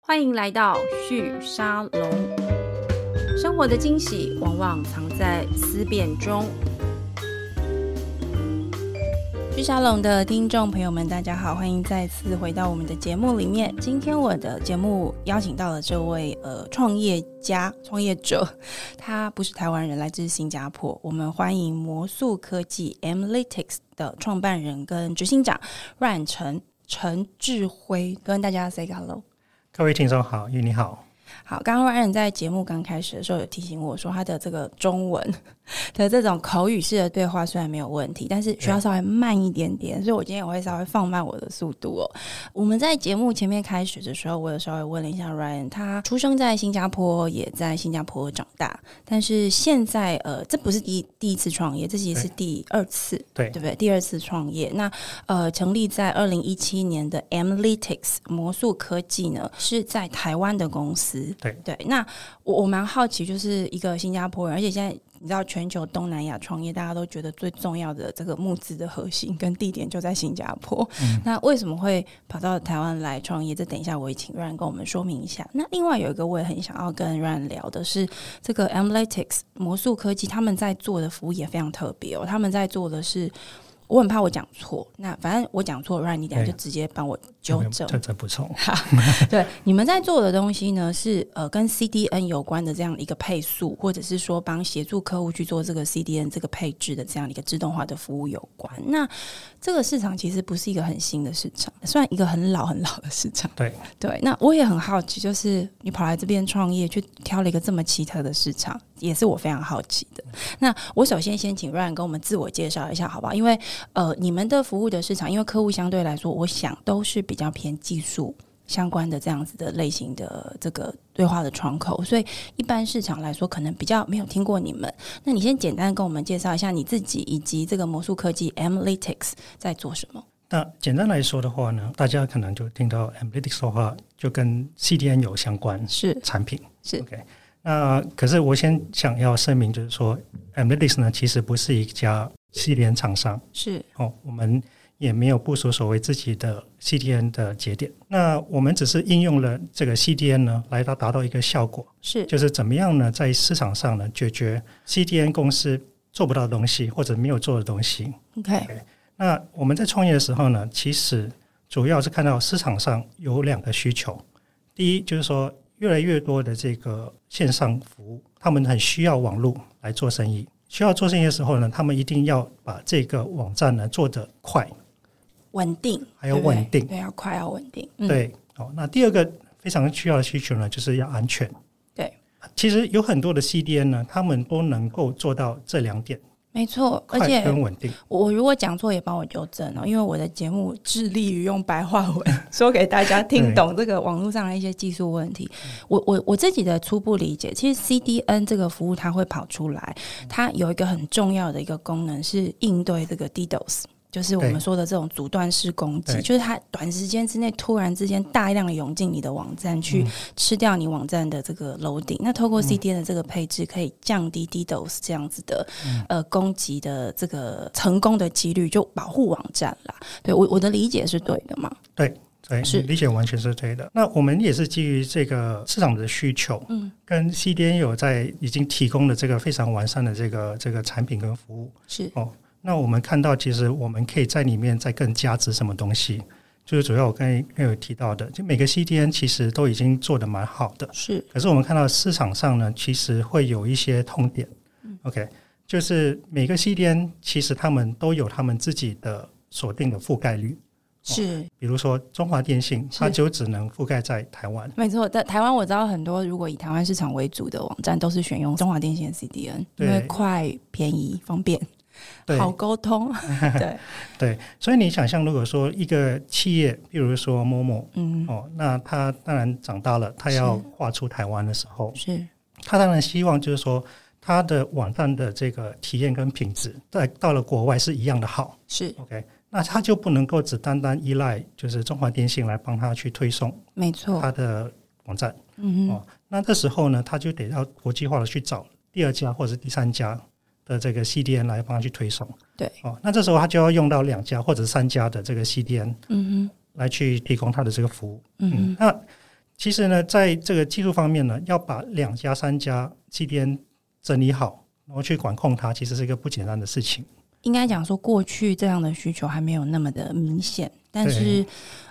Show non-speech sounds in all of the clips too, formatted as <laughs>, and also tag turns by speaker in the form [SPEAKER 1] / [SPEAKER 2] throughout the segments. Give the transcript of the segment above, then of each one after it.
[SPEAKER 1] 欢迎来到旭沙龙。生活的惊喜往往藏在思辨中。旭沙龙的听众朋友们，大家好，欢迎再次回到我们的节目里面。今天我的节目邀请到了这位呃创业家、创业者，他不是台湾人，来自新加坡。我们欢迎魔术科技 Analytics 的创办人跟执行长阮成陈志辉，跟大家 say hello。
[SPEAKER 2] 各位听众好，玉你好。
[SPEAKER 1] 好，刚刚 Ryan 在节目刚开始的时候有提醒我说，他的这个中文 <laughs> 的这种口语式的对话虽然没有问题，但是需要稍微慢一点点，所以我今天也会稍微放慢我的速度哦。我们在节目前面开始的时候，我有稍微问了一下 Ryan，他出生在新加坡，也在新加坡长大，但是现在呃，这不是第一第一次创业，这其实是第二次，
[SPEAKER 2] 对
[SPEAKER 1] 对不对？第二次创业，那呃，成立在二零一七年的 Analytics 魔术科技呢，是在台湾的公司。
[SPEAKER 2] 对
[SPEAKER 1] 对，那我我蛮好奇，就是一个新加坡人，而且现在你知道，全球东南亚创业，大家都觉得最重要的这个募资的核心跟地点就在新加坡。那为什么会跑到台湾来创业？这等一下我也请 Ryan 跟我们说明一下。那另外有一个我也很想要跟 Ryan 聊的是，这个 Analytics 魔术科技他们在做的服务也非常特别哦，他们在做的是。我很怕我讲错，那反正我讲错，让你等下就直接帮我纠正。
[SPEAKER 2] 这这补充，
[SPEAKER 1] 对，你们在做的东西呢，是呃跟 CDN 有关的这样一个配速，或者是说帮协助客户去做这个 CDN 这个配置的这样一个自动化的服务有关。那这个市场其实不是一个很新的市场，算一个很老很老的市场。
[SPEAKER 2] 对
[SPEAKER 1] 对，那我也很好奇，就是你跑来这边创业，去挑了一个这么奇特的市场，也是我非常好奇的。那我首先先请 Ryan 跟我们自我介绍一下，好不好？因为呃，你们的服务的市场，因为客户相对来说，我想都是比较偏技术相关的这样子的类型的这个对话的窗口，所以一般市场来说，可能比较没有听过你们。那你先简单跟我们介绍一下你自己以及这个魔术科技 Analytics 在做什么？
[SPEAKER 2] 那简单来说的话呢，大家可能就听到 analytics 的话，就跟 CDN 有相关
[SPEAKER 1] 是
[SPEAKER 2] 产品
[SPEAKER 1] 是
[SPEAKER 2] OK。那可是我先想要声明，就是说 analytics 呢，其实不是一家 CDN 厂商
[SPEAKER 1] 是
[SPEAKER 2] 哦，我们也没有部署所谓自己的 CDN 的节点。那我们只是应用了这个 CDN 呢，来达达到一个效果，
[SPEAKER 1] 是
[SPEAKER 2] 就是怎么样呢，在市场上呢，解决 CDN 公司做不到的东西或者没有做的东西。
[SPEAKER 1] OK
[SPEAKER 2] 那我们在创业的时候呢，其实主要是看到市场上有两个需求，第一就是说越来越多的这个线上服务，他们很需要网络来做生意。需要做生意的时候呢，他们一定要把这个网站呢做得快，
[SPEAKER 1] 稳定，
[SPEAKER 2] 还有
[SPEAKER 1] 对不对
[SPEAKER 2] 稳定
[SPEAKER 1] 对，要快要稳定，嗯，
[SPEAKER 2] 对，哦，那第二个非常需要的需求呢，就是要安全。
[SPEAKER 1] 对，
[SPEAKER 2] 其实有很多的 CDN 呢，他们都能够做到这两点，
[SPEAKER 1] 没错，而
[SPEAKER 2] 快
[SPEAKER 1] 且
[SPEAKER 2] 跟稳定。
[SPEAKER 1] 我如果讲错也帮我纠正哦，因为我的节目致力于用白话文 <laughs> 说给大家听懂这个网络上的一些技术问题。我我我自己的初步理解，其实 CDN 这个服务它会跑出来，它有一个很重要的一个功能是应对这个 DDoS。就是我们
[SPEAKER 2] 对
[SPEAKER 1] 说的这种阻断式攻击，
[SPEAKER 2] 对
[SPEAKER 1] 就是它短时间之内突然之间大量的涌进你的网站，去吃掉你网站的这个楼顶。那透过 CDN 的这个配置，可以降低 DDoS 这样子的呃攻击的这个成功的几率，就保护网站啦。对我我的理解是对的嘛？
[SPEAKER 2] 对，
[SPEAKER 1] 是
[SPEAKER 2] 你理解完全是对的。那我们也是基于这个市场的需求，嗯，跟 CDN 有在已经提供的这个非常完善的这个这个产品跟服务。
[SPEAKER 1] 是
[SPEAKER 2] 那我们看到，其实我们可以在里面再更加值什么东西，就是主要我刚才刚才有提到的，就每个 CDN 其实都已经做得蛮好的，
[SPEAKER 1] 是
[SPEAKER 2] 可是我们看到市场上呢，其实会有一些痛点。OK，就是每个 CDN 其实他们都有他们自己的锁定的覆盖率。
[SPEAKER 1] 是，
[SPEAKER 2] 比如说中华电信，
[SPEAKER 1] 是
[SPEAKER 2] 它就只能覆盖在台湾。
[SPEAKER 1] 没错。在台湾我知道很多，如果以台湾市场为主的网站，都是选用中华电信的 CDN，因
[SPEAKER 2] 对
[SPEAKER 1] 为快、便宜、方便、
[SPEAKER 2] 对
[SPEAKER 1] 好沟
[SPEAKER 2] <laughs>
[SPEAKER 1] 通。对，
[SPEAKER 2] 对，所以你想象，如果说一个企业，比如说某某
[SPEAKER 1] 嗯，
[SPEAKER 2] 哦，那它当然长大了，它要
[SPEAKER 1] 是
[SPEAKER 2] 跨出台湾的时候，
[SPEAKER 1] 是
[SPEAKER 2] 它当然希望就是说，它的网站的这个体验跟品质，在到了国外是一样的好。
[SPEAKER 1] 是，
[SPEAKER 2] OK，那它就不能够只单单依赖就是中华电信来帮它去推送
[SPEAKER 1] 没错。
[SPEAKER 2] 它的网站。
[SPEAKER 1] 嗯哼，
[SPEAKER 2] 哦，那这时候呢，他就得要国际化的去找第二家或者是第三家的这个 CDN 来帮他去推送。
[SPEAKER 1] 对，
[SPEAKER 2] 哦，那这时候他就要用到两家或者三家的这个 CDN
[SPEAKER 1] 嗯哼，
[SPEAKER 2] 来去提供他的这个服务。
[SPEAKER 1] 嗯哼，
[SPEAKER 2] 那其实呢，在这个技术方面呢，要把两家、三家 CDN 整理好，然后去管控它，其实是一个不简单的事情。
[SPEAKER 1] 应该讲说，过去这样的需求还没有那么的明显，但是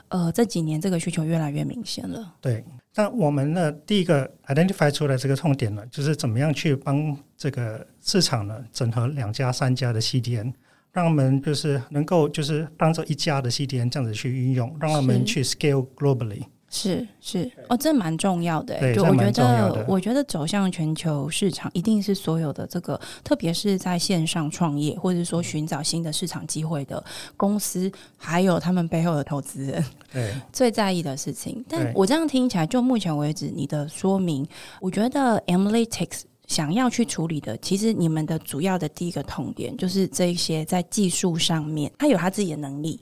[SPEAKER 1] 呃，这几年这个需求越来越明显了。
[SPEAKER 2] 对，那我们呢，第一个 identify 出来这个痛点呢，就是怎么样去帮这个市场呢整合两家、三家的 CDN，让他们就是能够就是当做一家的 CDN 这样子去运用，让他们去 scale globally。
[SPEAKER 1] 是是，哦，这蛮重要的、欸。
[SPEAKER 2] 对
[SPEAKER 1] 就
[SPEAKER 2] 这
[SPEAKER 1] 我觉
[SPEAKER 2] 蛮重要
[SPEAKER 1] 得
[SPEAKER 2] 的，
[SPEAKER 1] 我觉得走向全球市场，一定是所有的这个，特别是在线上创业，或者说
[SPEAKER 2] 嗯
[SPEAKER 1] 寻找新的市场机会的公司，还有他们背后的投资人，
[SPEAKER 2] 对，
[SPEAKER 1] 最在意的事情。但
[SPEAKER 2] 对
[SPEAKER 1] 我这样听起来，就目前为止你的说明，我觉得 analytics 想要去处理的，其实你们的主要的第一个痛点就是这一些在技术上面，他有他自己的能
[SPEAKER 2] 嗯
[SPEAKER 1] 力，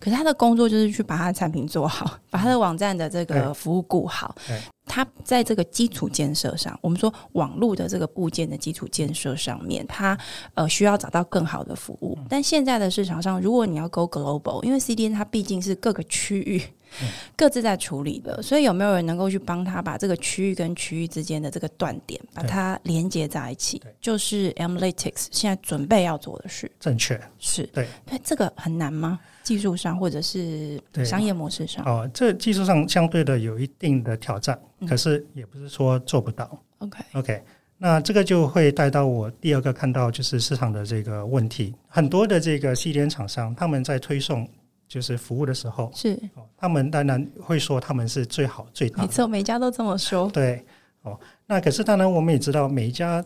[SPEAKER 1] 可是他的工作就是去把他的产品做好，把他的网站的这个
[SPEAKER 2] 对
[SPEAKER 1] 服务顾好
[SPEAKER 2] 对。
[SPEAKER 1] 他在这个基础建设上，我们说网络的这个部件的基础建设上面，他呃需要找到更好的服
[SPEAKER 2] 嗯
[SPEAKER 1] 务。但现在的市场上，如果你要 go global，因为 CDN 它毕竟是各个区域各自在处理的，所以有没有人能够去帮他把这个区域跟区域之间的这个断点，把
[SPEAKER 2] 对
[SPEAKER 1] 它连接在一起
[SPEAKER 2] 对？
[SPEAKER 1] 就是 analytics 现在准备要做的事，
[SPEAKER 2] 正确。
[SPEAKER 1] 是
[SPEAKER 2] 对
[SPEAKER 1] 对这个很难吗？技术上或者是
[SPEAKER 2] 对
[SPEAKER 1] 商业模式上
[SPEAKER 2] 哦，这技术上相对的有一定的挑战，
[SPEAKER 1] 嗯
[SPEAKER 2] 可是也不是说做不到。
[SPEAKER 1] ？OK，
[SPEAKER 2] OK，那这个就会带到我第二个看到就是市场的这个问题，很多的这个 C 点厂商他们在推送就是服务的时候，
[SPEAKER 1] 是
[SPEAKER 2] 哦，他们当然会说他们是最好最大
[SPEAKER 1] 每
[SPEAKER 2] 的，
[SPEAKER 1] 次我每家都这么说，
[SPEAKER 2] 对，哦，那可是当然我们也知道每一家。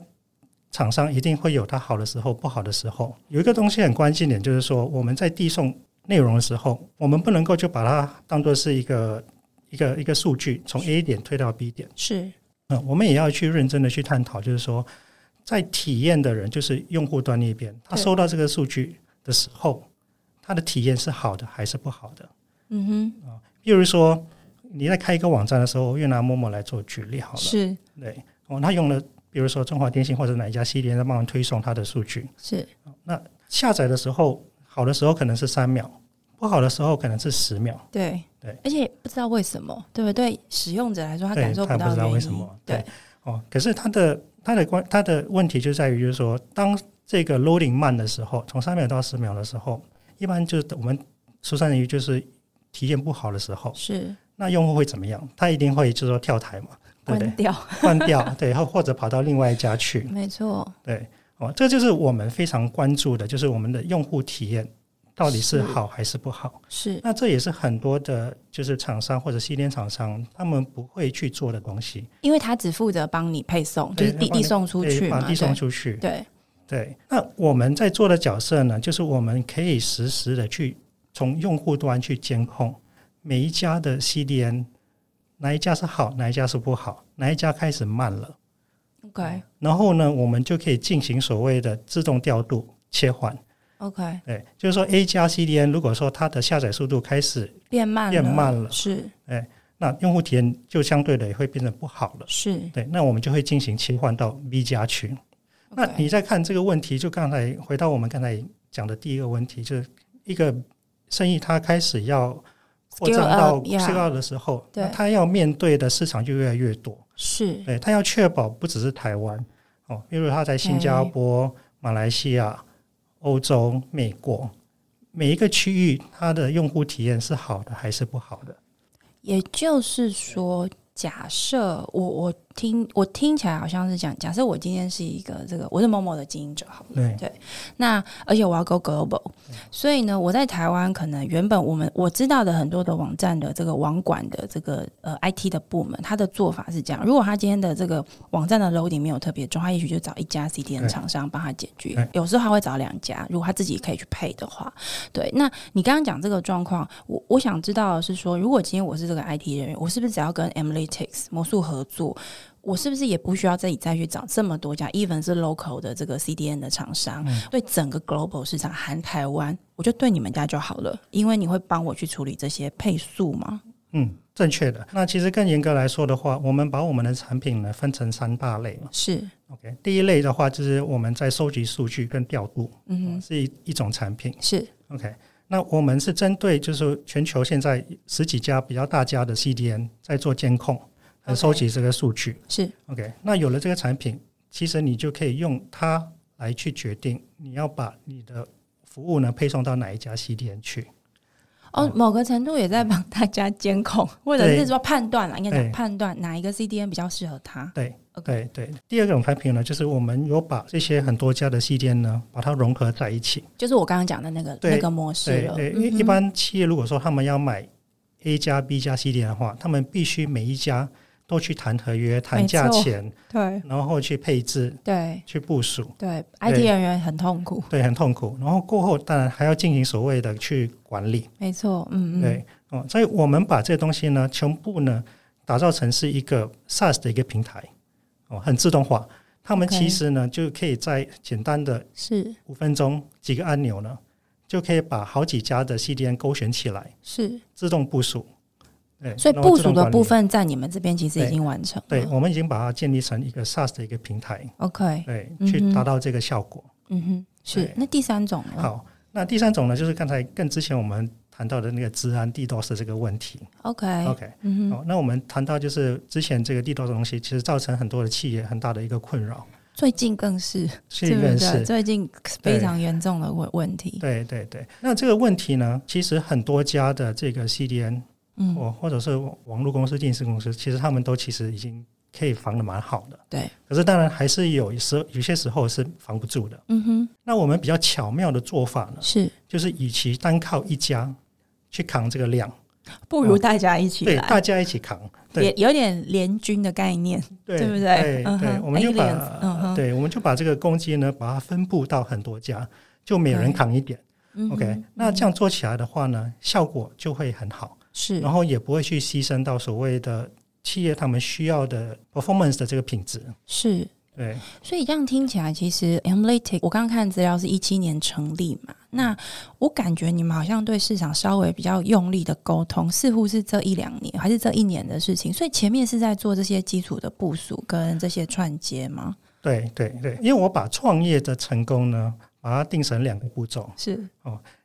[SPEAKER 2] 厂商一定会有它好的时候，不好的时候。有一个东西很关键点，就是说我们在递送内容的时候，我们不能够就把它当做是一个一个一个数据，从 A 点推到 B 点。
[SPEAKER 1] 是
[SPEAKER 2] 嗯，我们也要去认真的去探讨，就是说，在体验的人，就是用户端那边，他
[SPEAKER 1] 对
[SPEAKER 2] 收到这个数据的时候，他的体验是好的还是不好的？
[SPEAKER 1] 嗯
[SPEAKER 2] 比如说，你在开一个网站的时候，越拿陌陌来做举例好
[SPEAKER 1] 哼，
[SPEAKER 2] 了，
[SPEAKER 1] 是
[SPEAKER 2] 对，哦，他用了比如说中华电信或者哪一家 C 连在帮忙推送他的数据，
[SPEAKER 1] 是
[SPEAKER 2] 下载的时候，好的时候可能是三秒，不好的时候可能是十秒。
[SPEAKER 1] 对
[SPEAKER 2] 对，
[SPEAKER 1] 而且不知道为什么，对不对？使用者来说，他
[SPEAKER 2] 对
[SPEAKER 1] 感受
[SPEAKER 2] 他不
[SPEAKER 1] 到
[SPEAKER 2] 知道
[SPEAKER 1] 原
[SPEAKER 2] 为
[SPEAKER 1] 因
[SPEAKER 2] 什么
[SPEAKER 1] 对，
[SPEAKER 2] 哦，可是它的它的关它的问题就在于，就是说，当这个 loading 慢的时候，从三秒到十秒的时候，一般就是我们出善于就是体验不好的时候，
[SPEAKER 1] 是
[SPEAKER 2] 那用户会怎么样？他一定会就是说跳台嘛，
[SPEAKER 1] 关
[SPEAKER 2] 对不对？
[SPEAKER 1] 掉，
[SPEAKER 2] 关掉， <laughs> 对，或或者跑到另外一家去，
[SPEAKER 1] 没错，
[SPEAKER 2] 对，哦，这就是我们非常关注的，就是我们的用户体验到底是
[SPEAKER 1] 是
[SPEAKER 2] 好还是不好。
[SPEAKER 1] 是
[SPEAKER 2] 那这也是很多的，就是厂商或者 C 店厂商他们不会去做的东西。
[SPEAKER 1] 因为他只负责帮你配送，就
[SPEAKER 2] 对
[SPEAKER 1] 是递
[SPEAKER 2] 帮
[SPEAKER 1] 递
[SPEAKER 2] 你
[SPEAKER 1] 送出
[SPEAKER 2] 对
[SPEAKER 1] 去
[SPEAKER 2] 把
[SPEAKER 1] 嘛，
[SPEAKER 2] 递送
[SPEAKER 1] 对
[SPEAKER 2] 出去。
[SPEAKER 1] 对，
[SPEAKER 2] 对，那我们在做的角色呢，就是我们可以实时的去从用户端去监控每一家的 CDN，哪一家是好，哪一家是不好，哪一家开始慢了，
[SPEAKER 1] OK
[SPEAKER 2] 然后呢，我们就可以进行所谓的自动调度切换。
[SPEAKER 1] OK，
[SPEAKER 2] 对，就是说 A 家 CDN 如果说它的下载速度开始，
[SPEAKER 1] 变慢
[SPEAKER 2] 变慢了
[SPEAKER 1] 是
[SPEAKER 2] 那用户体验就相对的也会变成不好了。
[SPEAKER 1] 是，
[SPEAKER 2] 对，那我们就会进行切换到 B 家去。那
[SPEAKER 1] OK
[SPEAKER 2] 你再看这个问题，就刚才回到我们刚才讲的第一个问题，就是一个生意它开始要扩
[SPEAKER 1] Scale
[SPEAKER 2] 张
[SPEAKER 1] up，
[SPEAKER 2] 到
[SPEAKER 1] yeah
[SPEAKER 2] 这个的时候，
[SPEAKER 1] 对
[SPEAKER 2] 那它要面对的市场就越来越多。
[SPEAKER 1] 是
[SPEAKER 2] 对，它要确保不只是台湾哦，比如它在新加坡、马来西亚、欧洲、美国每一个区域，它的用户体验是好的还是不好的？
[SPEAKER 1] 也就是说，假设我我听我听起来好像是讲，假设我今天是一个这个我是某某的经营者，好了，
[SPEAKER 2] 对
[SPEAKER 1] 那而且我要 go global，所以呢，我在台湾可能原本我们我知道的很多的网站的这个网管的这个呃 IT 的部门，它的做法是这样：如果他今天的这个网站的 loading 没有特别重，他也许就找一家 CDN
[SPEAKER 2] 对
[SPEAKER 1] 厂商帮他解决
[SPEAKER 2] 对，
[SPEAKER 1] 有时候他会找两家，如果他自己可以去配的话，对。那你刚刚讲这个状况，我我想知道的是说，如果今天我是这个 IT 人员，我是不是只要跟 Analytics 魔术合作，我是不是也不需要自己再去找这么多家，even 是 local 的这个 CDN 的厂商，
[SPEAKER 2] 嗯
[SPEAKER 1] 对整个 global 市场含台湾，我就对你们家就好了，因为你会帮我去处理这些配速吗？
[SPEAKER 2] 嗯，正确的。那其实更严格来说的话，我们把我们的产品呢分成三大类嘛。
[SPEAKER 1] 是，
[SPEAKER 2] OK，第一类的话就是我们在收集数据跟调度，
[SPEAKER 1] 嗯哼，
[SPEAKER 2] 是一一种产品。
[SPEAKER 1] 是
[SPEAKER 2] OK，那我们是针对就是全球现在十几家比较大家的 CDN 在做监控和
[SPEAKER 1] OK
[SPEAKER 2] 收集这个数据。
[SPEAKER 1] 是
[SPEAKER 2] OK，那有了这个产品，其实你就可以用它来去决定你要把你的服务呢配送到哪一家 CDN 去。
[SPEAKER 1] 哦，
[SPEAKER 2] 嗯
[SPEAKER 1] 某个程度也在帮大家监控，或者是说判断了，应该
[SPEAKER 2] 对
[SPEAKER 1] 讲判断哪一个 CDN 比较适合他。
[SPEAKER 2] 对
[SPEAKER 1] OK，
[SPEAKER 2] 对对，第二种产品呢，就是我们有把这些很多家的 CDN 呢，把它融合在一起。
[SPEAKER 1] 就是我刚刚讲的那个
[SPEAKER 2] 对
[SPEAKER 1] 那个模式
[SPEAKER 2] 对
[SPEAKER 1] 了。
[SPEAKER 2] 对，因
[SPEAKER 1] 嗯
[SPEAKER 2] 为
[SPEAKER 1] 哼
[SPEAKER 2] 一般企业如果说他们要买 A 加 B 加 CDN 的话，他们必须每一家都去谈合约、谈
[SPEAKER 1] 没
[SPEAKER 2] 价
[SPEAKER 1] 错
[SPEAKER 2] 钱，
[SPEAKER 1] 对
[SPEAKER 2] 然后去配置、
[SPEAKER 1] 对
[SPEAKER 2] 去部署。
[SPEAKER 1] 对，IT 人员很痛苦，
[SPEAKER 2] 对，很痛苦。然后过后，当然还要进行所谓的去管理。
[SPEAKER 1] 没错，嗯嗯，
[SPEAKER 2] 对，哦，所以我们把这个东西呢，全部呢打造成是一个 SaaS 的一个平台，哦，很自动化。他们
[SPEAKER 1] OK
[SPEAKER 2] 其实呢就可以在简单的
[SPEAKER 1] 是
[SPEAKER 2] 五分钟几个按钮呢，就可以把好几家的 CDN 勾选起来，
[SPEAKER 1] 是，
[SPEAKER 2] 自动部署。对，
[SPEAKER 1] 所以
[SPEAKER 2] 然后
[SPEAKER 1] 部
[SPEAKER 2] 自
[SPEAKER 1] 署
[SPEAKER 2] 动
[SPEAKER 1] 的
[SPEAKER 2] 管理
[SPEAKER 1] 部，分在你们这边其实已
[SPEAKER 2] 对
[SPEAKER 1] 经完成了。
[SPEAKER 2] 对我们已经把它建立成一个 SaaS 的一个平台，
[SPEAKER 1] ，OK，
[SPEAKER 2] 对，
[SPEAKER 1] 嗯
[SPEAKER 2] 去
[SPEAKER 1] 哼
[SPEAKER 2] 达到这个效果。
[SPEAKER 1] 嗯哼，是
[SPEAKER 2] 对。
[SPEAKER 1] 那第三种呢
[SPEAKER 2] 好，那第三种呢，就是刚才跟之前我们谈到的那个治安 DDoS 的这个问题。
[SPEAKER 1] ，OK，
[SPEAKER 2] OK，
[SPEAKER 1] 嗯哼，
[SPEAKER 2] 好，哦那我们谈到就是之前这个地道的东西，其实造成很多的企业很大的一个困扰，
[SPEAKER 1] 最近更是，
[SPEAKER 2] 是一
[SPEAKER 1] 对不
[SPEAKER 2] 个
[SPEAKER 1] 对？
[SPEAKER 2] 是，
[SPEAKER 1] 最近非常严重的问问题。
[SPEAKER 2] 对对对。那这个问题呢，其实很多家的这个 CDN
[SPEAKER 1] 嗯，
[SPEAKER 2] 或哦或者是网络公司、电视公司，其实他们都其实已经可以防的蛮好的，
[SPEAKER 1] 对，
[SPEAKER 2] 可是当然还是有时有些时候是防不住的。
[SPEAKER 1] 嗯哼，
[SPEAKER 2] 那我们比较巧妙的做法呢，
[SPEAKER 1] 是，
[SPEAKER 2] 就是与其单靠一家去扛这个量，
[SPEAKER 1] 不如大家一起
[SPEAKER 2] 对，
[SPEAKER 1] 来，
[SPEAKER 2] 大家一起扛，对
[SPEAKER 1] 也有点联军的概念。
[SPEAKER 2] 对
[SPEAKER 1] 对不对
[SPEAKER 2] 对
[SPEAKER 1] 嗯
[SPEAKER 2] 对
[SPEAKER 1] 哼
[SPEAKER 2] 我们就
[SPEAKER 1] Aliens，嗯
[SPEAKER 2] 把
[SPEAKER 1] 哼
[SPEAKER 2] 对，我们就把这个攻击呢，把它分布到很多家，就每人扛一点。
[SPEAKER 1] 嗯哼
[SPEAKER 2] OK，那这样做起来的话呢，效果就会很
[SPEAKER 1] 嗯
[SPEAKER 2] 好，
[SPEAKER 1] 是
[SPEAKER 2] 然后也不会去牺牲到所谓的企业他们需要的 performance 的这个品质。
[SPEAKER 1] 是，
[SPEAKER 2] 对，
[SPEAKER 1] 所以这样听起来，其实 Analytic 我刚刚看资料是一七年成立嘛，那我感觉你们好像对市场稍微比较用力的沟通，似乎是这一两年还是这一年的事情，所以前面是在做这些基础的部署跟这些串接吗？
[SPEAKER 2] 对，对，对，因为我把创业的成功呢，把它定成两个步骤。
[SPEAKER 1] 是，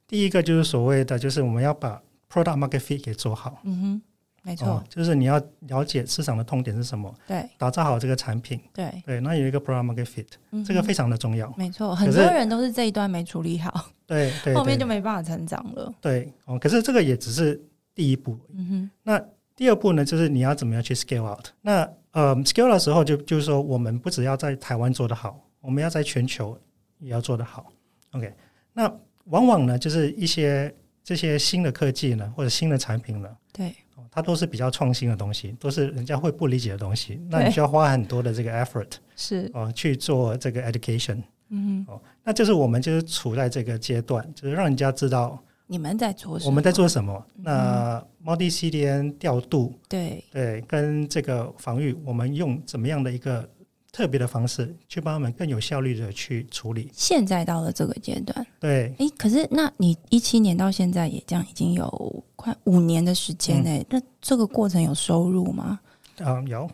[SPEAKER 2] 第一个就是所谓的，就是我们要把 product market fit 给做好，
[SPEAKER 1] 嗯哼，没错，
[SPEAKER 2] 哦，就是你要了解市场的痛点是什么，
[SPEAKER 1] 对
[SPEAKER 2] 打造好这个产品。
[SPEAKER 1] 对，
[SPEAKER 2] 对，那有一个 product market fit，
[SPEAKER 1] 嗯哼
[SPEAKER 2] 这个非常的重要。
[SPEAKER 1] 没错，很
[SPEAKER 2] 可
[SPEAKER 1] 多
[SPEAKER 2] 是
[SPEAKER 1] 人都是这一段没处理好，
[SPEAKER 2] 对对，
[SPEAKER 1] 后面
[SPEAKER 2] 对
[SPEAKER 1] 就没办法成长了。
[SPEAKER 2] 对哦。可是这个也只是第一步，
[SPEAKER 1] 嗯哼，
[SPEAKER 2] 第二步呢，就是你要怎么样去 scale out。那呃，scale out 的时候就就是说，我们不只要在台湾做得好，我们要在全球也要做得好。OK，那往往呢，就是一些这些新的科技呢，或者新的产品呢。
[SPEAKER 1] 对，
[SPEAKER 2] 哦它都是比较创新的东西，都是人家会不理解的东西。那你需要花很多的这个 effort
[SPEAKER 1] 是，
[SPEAKER 2] 哦去做这个 education
[SPEAKER 1] 嗯哼，
[SPEAKER 2] 哦。那就是我们就是处在这个阶段，就是让人家知道
[SPEAKER 1] 你们在做什么？
[SPEAKER 2] 我们在做什么？
[SPEAKER 1] 嗯
[SPEAKER 2] 那 multi CDN 调度，
[SPEAKER 1] 对，
[SPEAKER 2] 对，跟这个防御，我们用怎么样的一个特别的方式去帮他们更有效率的去处理？
[SPEAKER 1] 现在到了这个阶段。
[SPEAKER 2] 对，
[SPEAKER 1] 诶，可是那你一七年到现在也这样已经有快五年的时间呢、那这个过程有收入 <laughs> 吗？
[SPEAKER 2] 嗯，有，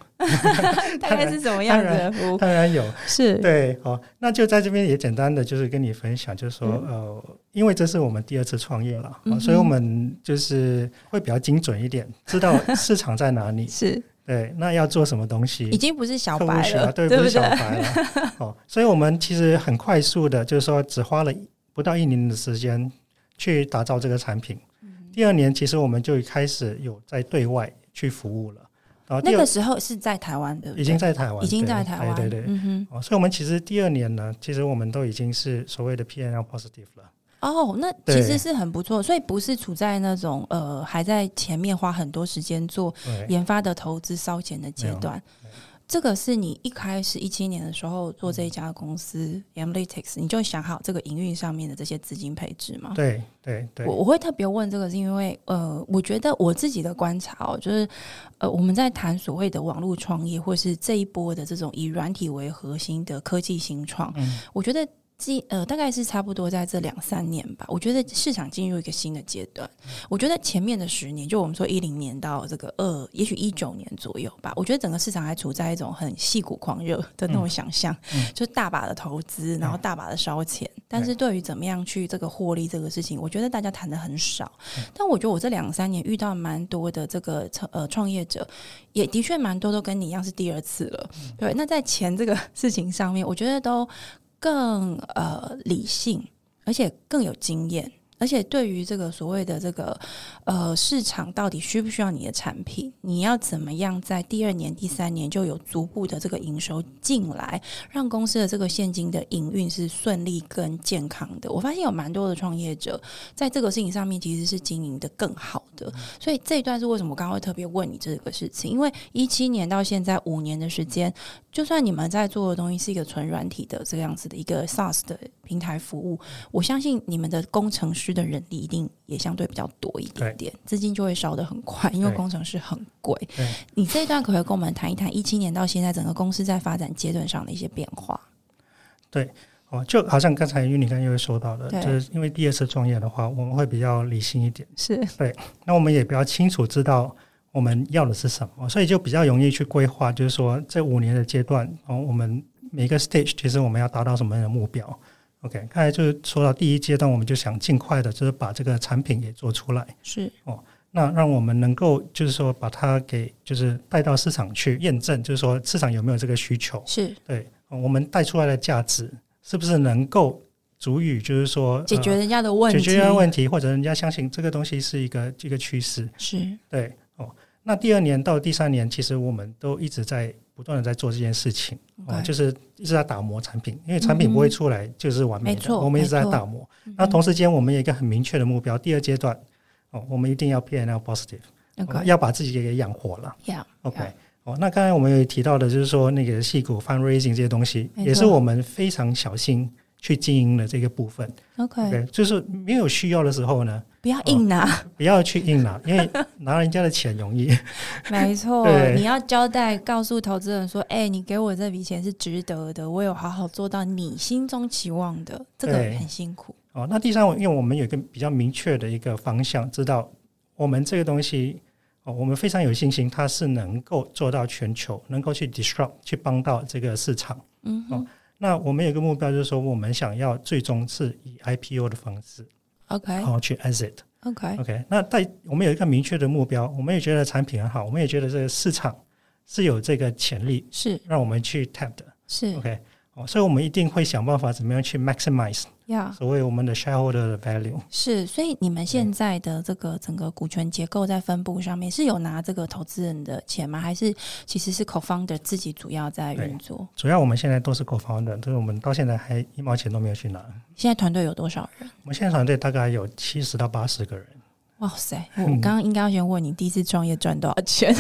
[SPEAKER 1] 大概是什么样子哦的服务？
[SPEAKER 2] 当然有，
[SPEAKER 1] 是
[SPEAKER 2] 对，好，那就在这边也简单的就是跟你分享，就是说，呃，因为这是我们第二次创业了，
[SPEAKER 1] 嗯嗯哼
[SPEAKER 2] 所以我们就是会比较精准一点，知道市场在哪
[SPEAKER 1] <laughs>
[SPEAKER 2] 里，
[SPEAKER 1] 是，
[SPEAKER 2] 对，那要做什么东西，
[SPEAKER 1] 已经不是小
[SPEAKER 2] 客户
[SPEAKER 1] 白
[SPEAKER 2] 需要
[SPEAKER 1] 了，
[SPEAKER 2] 啊对，不
[SPEAKER 1] 不
[SPEAKER 2] 是小
[SPEAKER 1] 对？
[SPEAKER 2] 白了。哦，所以我们其实很快速的，就是说只花了不到一年的时间去打造这个产品。
[SPEAKER 1] 嗯
[SPEAKER 2] 第二年，其实我们就开始有在对外去服务了。然后第
[SPEAKER 1] 那
[SPEAKER 2] 二、
[SPEAKER 1] 个时候是在台湾，对不对？
[SPEAKER 2] 已经在台湾，
[SPEAKER 1] 已经
[SPEAKER 2] 对
[SPEAKER 1] 在台湾，
[SPEAKER 2] 对对对。
[SPEAKER 1] 嗯哼。
[SPEAKER 2] 哦，所以我们其实第二年呢，其实我们都已经是所谓的 P N L positive 了。
[SPEAKER 1] 哦，那
[SPEAKER 2] 对
[SPEAKER 1] 其实是很不错，所以不是处在那种呃还在前面花很多时间做
[SPEAKER 2] 对，
[SPEAKER 1] 研发的投资烧钱的阶段。这个是你一开始一七年的时候做这一家公司 Analytics，你就想好这个营运上面的这些资金配置吗？
[SPEAKER 2] 对对对
[SPEAKER 1] 我我会特别问这个，是因为呃，我觉得我自己的观察哦，就是呃，我们在谈所谓的网络创业，或是这一波的这种以软体为核心的科技新创，
[SPEAKER 2] 嗯
[SPEAKER 1] 我觉得近呃，大概是差不多在这两三年吧，我觉得市场进入一个新的阶段。我觉得前面的十年，就我们说一零年到这个二，也许一九年左右吧，我觉得整个市场还处在一种很戏骨狂热的
[SPEAKER 2] 嗯
[SPEAKER 1] 那种想象，就大把的投资，然后大把的烧钱。但是对于怎么样去这个获利这个事情，我觉得大家谈的很少。但我觉得我这两三年遇到蛮多的这个创呃创业者，也的确蛮多都跟你一样是第二次了。对，那在钱这个事情上面，我觉得都。更呃理性，而且更有经验，而且对于这个所谓的这个呃市场到底需不需要你的产品，你要怎么样在第二年、第三年就有逐步的这个营收进来，让公司的这个现金的营运是顺利跟健康的。我发现有蛮多的创业者在这个事情上面其实是经营的更好的，所以这一段是为什么我刚刚会特别问你这个事情，因为一七年到现在五年的时间，就算你们在做的东西是一个纯软体的这样子的一个 SaaS 的平台服务，我相信你们的工程师的人力一定也相对比较多一点点，资金就会烧得很快，因为
[SPEAKER 2] 对
[SPEAKER 1] 工程师很贵
[SPEAKER 2] 对。
[SPEAKER 1] 你这一段可不可以跟我们谈一谈一七年到现在整个公司在发展阶段上的一些变化？
[SPEAKER 2] 哦，就好像刚才玉你刚才又说到的，
[SPEAKER 1] 对
[SPEAKER 2] 就是因为第二次创业的话，我们会比较理性一点，
[SPEAKER 1] 是
[SPEAKER 2] 那我们也比较清楚知道我们要的是什么，所以就比较容易去规划，就是说这五年的阶段，哦，我们每个 stage 其实我们要达到什么样的目标。OK，刚才就是说到第一阶段，我们就想尽快的，就是把这个产品给做出来。
[SPEAKER 1] 是，
[SPEAKER 2] 那让我们能够就是说把它给就是带到市场去验证，就是说市场有没有这个需求？
[SPEAKER 1] 是
[SPEAKER 2] 对，呃我们带出来的价值是不是能够足以就是说呃
[SPEAKER 1] 解决人家的问
[SPEAKER 2] 解
[SPEAKER 1] 题，
[SPEAKER 2] 决问题，或者人家相信这个东西是一个一个趋势？
[SPEAKER 1] 是
[SPEAKER 2] 对哦。那第二年到第三年，其实我们都一直在不断的在做这件事情哦，
[SPEAKER 1] OK
[SPEAKER 2] 就是一直在打磨产品，因为产品不会出来就是完美
[SPEAKER 1] 嗯没
[SPEAKER 2] 的，
[SPEAKER 1] 错
[SPEAKER 2] 我们一直在
[SPEAKER 1] 没错
[SPEAKER 2] 打磨。那同时间，我们有一个很明确的目标，第二阶段哦，我们一定要 P N L positive。哦
[SPEAKER 1] 嗯 OK
[SPEAKER 2] 要把自己给养活了。
[SPEAKER 1] yeah
[SPEAKER 2] OK，
[SPEAKER 1] Yeah
[SPEAKER 2] 哦，那刚才我们有提到的，就是说那个戏骨 fundraising 这些东西，
[SPEAKER 1] 没错
[SPEAKER 2] 也是我们非常小心去经营的这个部分。
[SPEAKER 1] OK，
[SPEAKER 2] OK，就是哦没有需要的时候呢，
[SPEAKER 1] 不要硬拿。 <laughs>
[SPEAKER 2] 不要去硬拿，因为拿人家的钱容易。
[SPEAKER 1] 没错，
[SPEAKER 2] 对
[SPEAKER 1] 你要交代告诉投资人说：“哎、你给我这笔钱是值得的，我有好好做到你心中期望的。”这个
[SPEAKER 2] 对
[SPEAKER 1] 很辛苦，
[SPEAKER 2] 哦，那第三，因为我们有一个比较明确的一个方向，知道我们这个东西。哦，我们非常有信心，它是能够做到全球，能够去 disrupt，去帮到这个市场。哦
[SPEAKER 1] 嗯哼
[SPEAKER 2] 那我们有一个目标，就是说我们想要最终是以 IPO 的方式，然
[SPEAKER 1] ，OK
[SPEAKER 2] 后去 exit。
[SPEAKER 1] OK，
[SPEAKER 2] OK，那在我们有一个明确的目标，我们也觉得产品很好，我们也觉得这个市场是有这个潜力
[SPEAKER 1] 是
[SPEAKER 2] 让我们去 tap 的。
[SPEAKER 1] 是
[SPEAKER 2] OK，哦，所以我们一定会想办法怎么样去 maximize
[SPEAKER 1] 呀
[SPEAKER 2] 所谓我们的 shareholder 的 value。
[SPEAKER 1] 是，所以你们现在的这个整个股权结构在分布上面是有拿这个投资人的钱吗？还是其实是 co-founder 自己主要在运作？
[SPEAKER 2] 主要我们现在都是 co-founder，就是我们到现在还一毛钱都没有去拿。
[SPEAKER 1] 现在团队有多少人？
[SPEAKER 2] 我们现在团队大概有七十到八十个人。
[SPEAKER 1] 哇塞！我刚刚应该要先问你，第一次创业赚多少钱？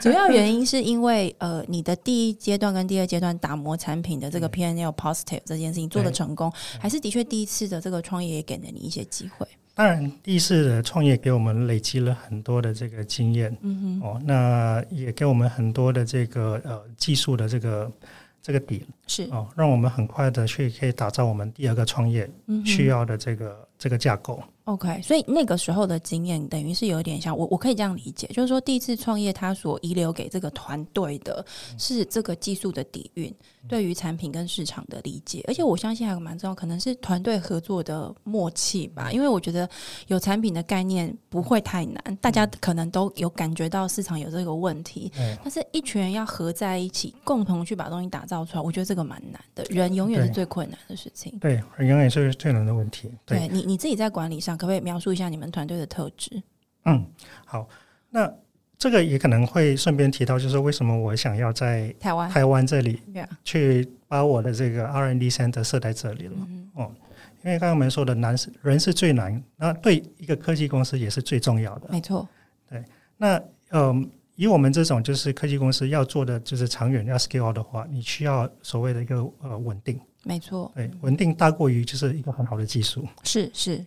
[SPEAKER 1] 主要原因是因为呃，你的第一阶段跟第二阶段打磨产品的这个 P N L positive 这件事情做的成功，还是的确第一次的这个创业也给了你一些机会？
[SPEAKER 2] 当然，第一次的创业给我们累积了很多的这个经验，嗯哼，哦，那也给我们很多的这个呃技术的这个这个底
[SPEAKER 1] 是，
[SPEAKER 2] 哦，让我们很快的去可以打造我们第二个创业
[SPEAKER 1] 嗯哼
[SPEAKER 2] 需要的这个、这个架构。
[SPEAKER 1] OK，所以那个时候的经验等于是有一点像我，我可以这样理解，就是说第一次创业它所遗留给这个团队的是这个技术的底蕴，对于产品跟市场的理解，而且我相信还蛮重要，可能是团队合作的默契吧，因为我觉得有产品的概念不会太难，大家可能都有感觉到市场有这个问题，
[SPEAKER 2] 嗯
[SPEAKER 1] 但是一群人要合在一起，共同去把东西打造出来，我觉得这个蛮难的，人永远是
[SPEAKER 2] 对
[SPEAKER 1] 最困难的事情。
[SPEAKER 2] 对，永远是最难的问题。
[SPEAKER 1] 对
[SPEAKER 2] 对，
[SPEAKER 1] 你你自己在管理上，可不可以描述一下你们团队的特质？
[SPEAKER 2] 嗯，好，那这个也可能会顺便提到，就是为什么我想要在
[SPEAKER 1] 台湾
[SPEAKER 2] 台湾这里
[SPEAKER 1] Yeah
[SPEAKER 2] 去把我的这个 R&D center 设在这里了。
[SPEAKER 1] 嗯
[SPEAKER 2] 哦，因为刚刚我们说的难是人是最难，那对一个科技公司也是最重要的。
[SPEAKER 1] 没错，
[SPEAKER 2] 那嗯，以我们这种就是科技公司要做的就是长远要 scale 的话，你需要所谓的一个呃稳定，
[SPEAKER 1] 没错，
[SPEAKER 2] 对，稳定大过于就是一个很好的技术。
[SPEAKER 1] 是是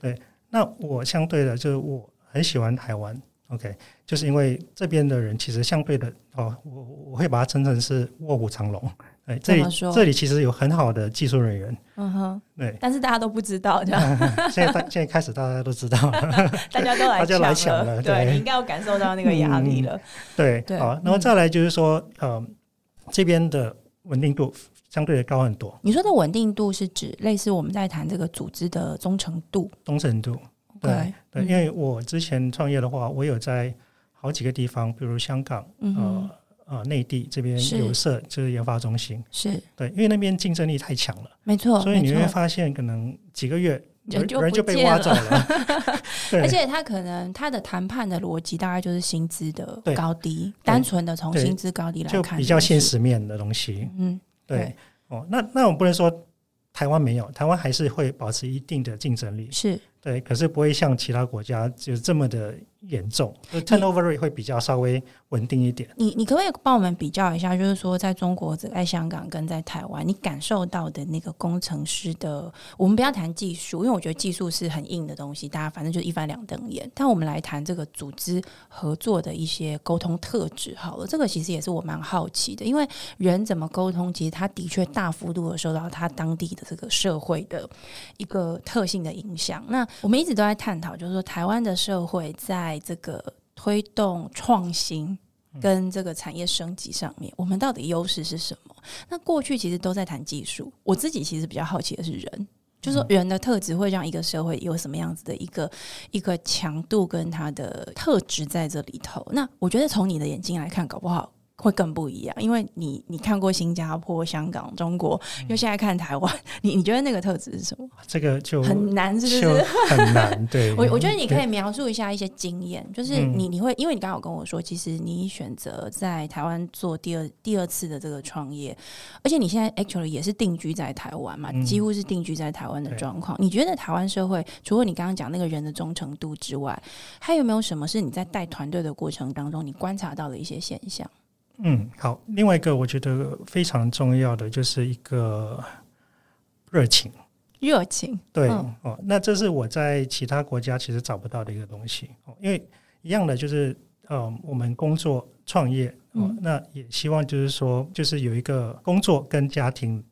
[SPEAKER 2] 那我相对的就是我很喜欢台湾，OK，就是因为这边的人其实相对的哦，我我会把它称成是卧虎藏龙，哎，这里
[SPEAKER 1] 怎么说
[SPEAKER 2] 这里其实有很好的技术人员，
[SPEAKER 1] 嗯哼，，
[SPEAKER 2] 对
[SPEAKER 1] 但是大家都不知道，
[SPEAKER 2] <laughs>
[SPEAKER 1] 这样
[SPEAKER 2] 现在大现在开始大家都知道了，
[SPEAKER 1] 大家都来
[SPEAKER 2] 大家来
[SPEAKER 1] 抢
[SPEAKER 2] 抢了
[SPEAKER 1] 对
[SPEAKER 2] 对嗯
[SPEAKER 1] 你应该有感受到那个压力了。
[SPEAKER 2] 对，
[SPEAKER 1] 对嗯
[SPEAKER 2] 好，然后再来就是说，呃，这边的稳定度相对的高很多，
[SPEAKER 1] 你说的稳定度是指类似我们在谈这个组织的忠诚度
[SPEAKER 2] 忠诚度，对
[SPEAKER 1] ，OK，嗯
[SPEAKER 2] 对，因为我之前创业的话，我有在好几个地方，比如香港，
[SPEAKER 1] 嗯哼
[SPEAKER 2] 呃呃，内地这边
[SPEAKER 1] 是
[SPEAKER 2] 有设就是研发中心，
[SPEAKER 1] 是
[SPEAKER 2] 对，因为那边竞争力太强了，
[SPEAKER 1] 没错，
[SPEAKER 2] 所以你
[SPEAKER 1] 哦没错
[SPEAKER 2] 会发现可能几个月
[SPEAKER 1] 人
[SPEAKER 2] 人
[SPEAKER 1] 就
[SPEAKER 2] 人
[SPEAKER 1] 不
[SPEAKER 2] 就被
[SPEAKER 1] 见
[SPEAKER 2] 挖
[SPEAKER 1] 了
[SPEAKER 2] 走了，
[SPEAKER 1] <laughs>
[SPEAKER 2] 对，
[SPEAKER 1] 而且他可能他的谈判的逻辑大概就是薪资的
[SPEAKER 2] 对
[SPEAKER 1] 高低，单纯的从
[SPEAKER 2] 对
[SPEAKER 1] 薪资高低来
[SPEAKER 2] 就
[SPEAKER 1] 看，
[SPEAKER 2] 比较现。实面的东西，
[SPEAKER 1] 嗯，
[SPEAKER 2] 对，
[SPEAKER 1] 对
[SPEAKER 2] 哦，那那我们不能说台湾没有，台湾还是会保持一定的竞争力，
[SPEAKER 1] 是
[SPEAKER 2] 对，可是不会像其他国家就这么的严重，就 turnover rate 会比较稍微稳定一点。
[SPEAKER 1] 你你可不可以帮我们比较一下，就是说在中国、在香港跟在台湾，你感受到的那个工程师的，我们不要谈技术，因为我觉得技术是很硬的东西，大家反正就是一翻两瞪眼。但我们来谈这个组织合作的一些沟通特质好了，这个其实也是我蛮好奇的，因为人怎么沟通，其实他的确大幅度的受到他当地的这个社会的一个特性的影响。那我们一直都在探讨，就是说台湾的社会在这个推动创新跟这个产业升级上面，我们到底优势是什么？那过去其实都在谈技术，我自己其实比较好奇的是人。就是说人的特质会让一个社会有什么样子的一个一个强度跟它的特质在这里头。那我觉得从你的眼睛来看，搞不好会更不一样，因为你你看过新加坡、香港、中国，又现在看台湾，你你觉得那个特质是什么？
[SPEAKER 2] 这个就
[SPEAKER 1] 很难，是不？
[SPEAKER 2] 就是很难。对，
[SPEAKER 1] 我我觉得你可
[SPEAKER 2] 嗯对嗯
[SPEAKER 1] 以描述一下一些经验，就是你你会，因为你刚刚有跟我说，其实你选择在台湾做第二第二次的这个创业，而且你现在 actually 也是定居在台湾嘛，
[SPEAKER 2] 嗯
[SPEAKER 1] 几乎是定居在台湾的
[SPEAKER 2] 对
[SPEAKER 1] 状况。你觉得台湾社会除了你刚刚讲那个人的忠诚度之外，还有没有什么是你在带团队的过程当中你观察到的一些现象？
[SPEAKER 2] 嗯好。另外一个我觉得非常重要的就是一个热情。
[SPEAKER 1] 热情，
[SPEAKER 2] 对、
[SPEAKER 1] 嗯
[SPEAKER 2] 哦，那这是我在其他国家其实找不到的一个东西。哦，因为一样的就是呃，我们工作创业。哦
[SPEAKER 1] 嗯，
[SPEAKER 2] 那也希望就是说，就是有一个工作跟家庭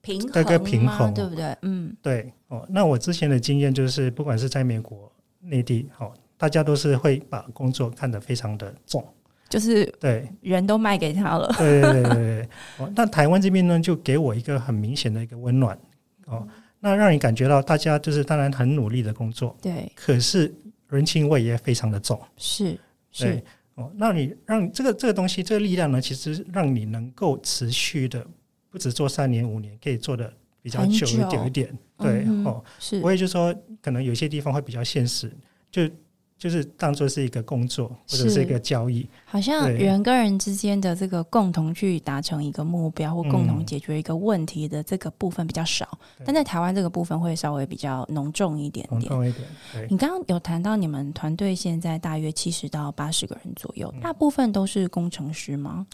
[SPEAKER 1] 平衡
[SPEAKER 2] 大概平
[SPEAKER 1] 吗
[SPEAKER 2] 衡哦
[SPEAKER 1] 对不对？嗯，
[SPEAKER 2] 对哦，那我之前的经验就是，不管是在美国、内地，哦，大家都是会把工作看得非常的重，
[SPEAKER 1] 就是
[SPEAKER 2] 对，
[SPEAKER 1] 人都卖给他了，
[SPEAKER 2] 对对对对对。哦，那台湾这边呢，就给我一个很明显的一个温暖，哦，那让你感觉到大家就是当然很努力的工作，
[SPEAKER 1] 对，
[SPEAKER 2] 可是人情味也非常的重，
[SPEAKER 1] 是是
[SPEAKER 2] 对。哦，让你让这个这个东西，这个力量呢，其实让你能够持续的，不止做三年五年，可以做的比较
[SPEAKER 1] 很
[SPEAKER 2] 久一
[SPEAKER 1] 久
[SPEAKER 2] 点一点，对、
[SPEAKER 1] 嗯哼
[SPEAKER 2] 哦。
[SPEAKER 1] 是
[SPEAKER 2] 我也就说，可能有些地方会比较现实，就就是当做是一个工作或者
[SPEAKER 1] 是
[SPEAKER 2] 是一个交易，
[SPEAKER 1] 好像
[SPEAKER 2] 对
[SPEAKER 1] 人跟人之间的这个共同去达成一个目标或共同
[SPEAKER 2] 嗯
[SPEAKER 1] 解决一个问题的这个部分比较少，
[SPEAKER 2] 对
[SPEAKER 1] 但在台湾这个部分会稍微比较浓重一点
[SPEAKER 2] 同
[SPEAKER 1] 点。
[SPEAKER 2] 重一点。对，
[SPEAKER 1] 你刚刚有谈到你们团队现在大约七十到八十个人左
[SPEAKER 2] 嗯
[SPEAKER 1] 右，大部分都是工程师吗？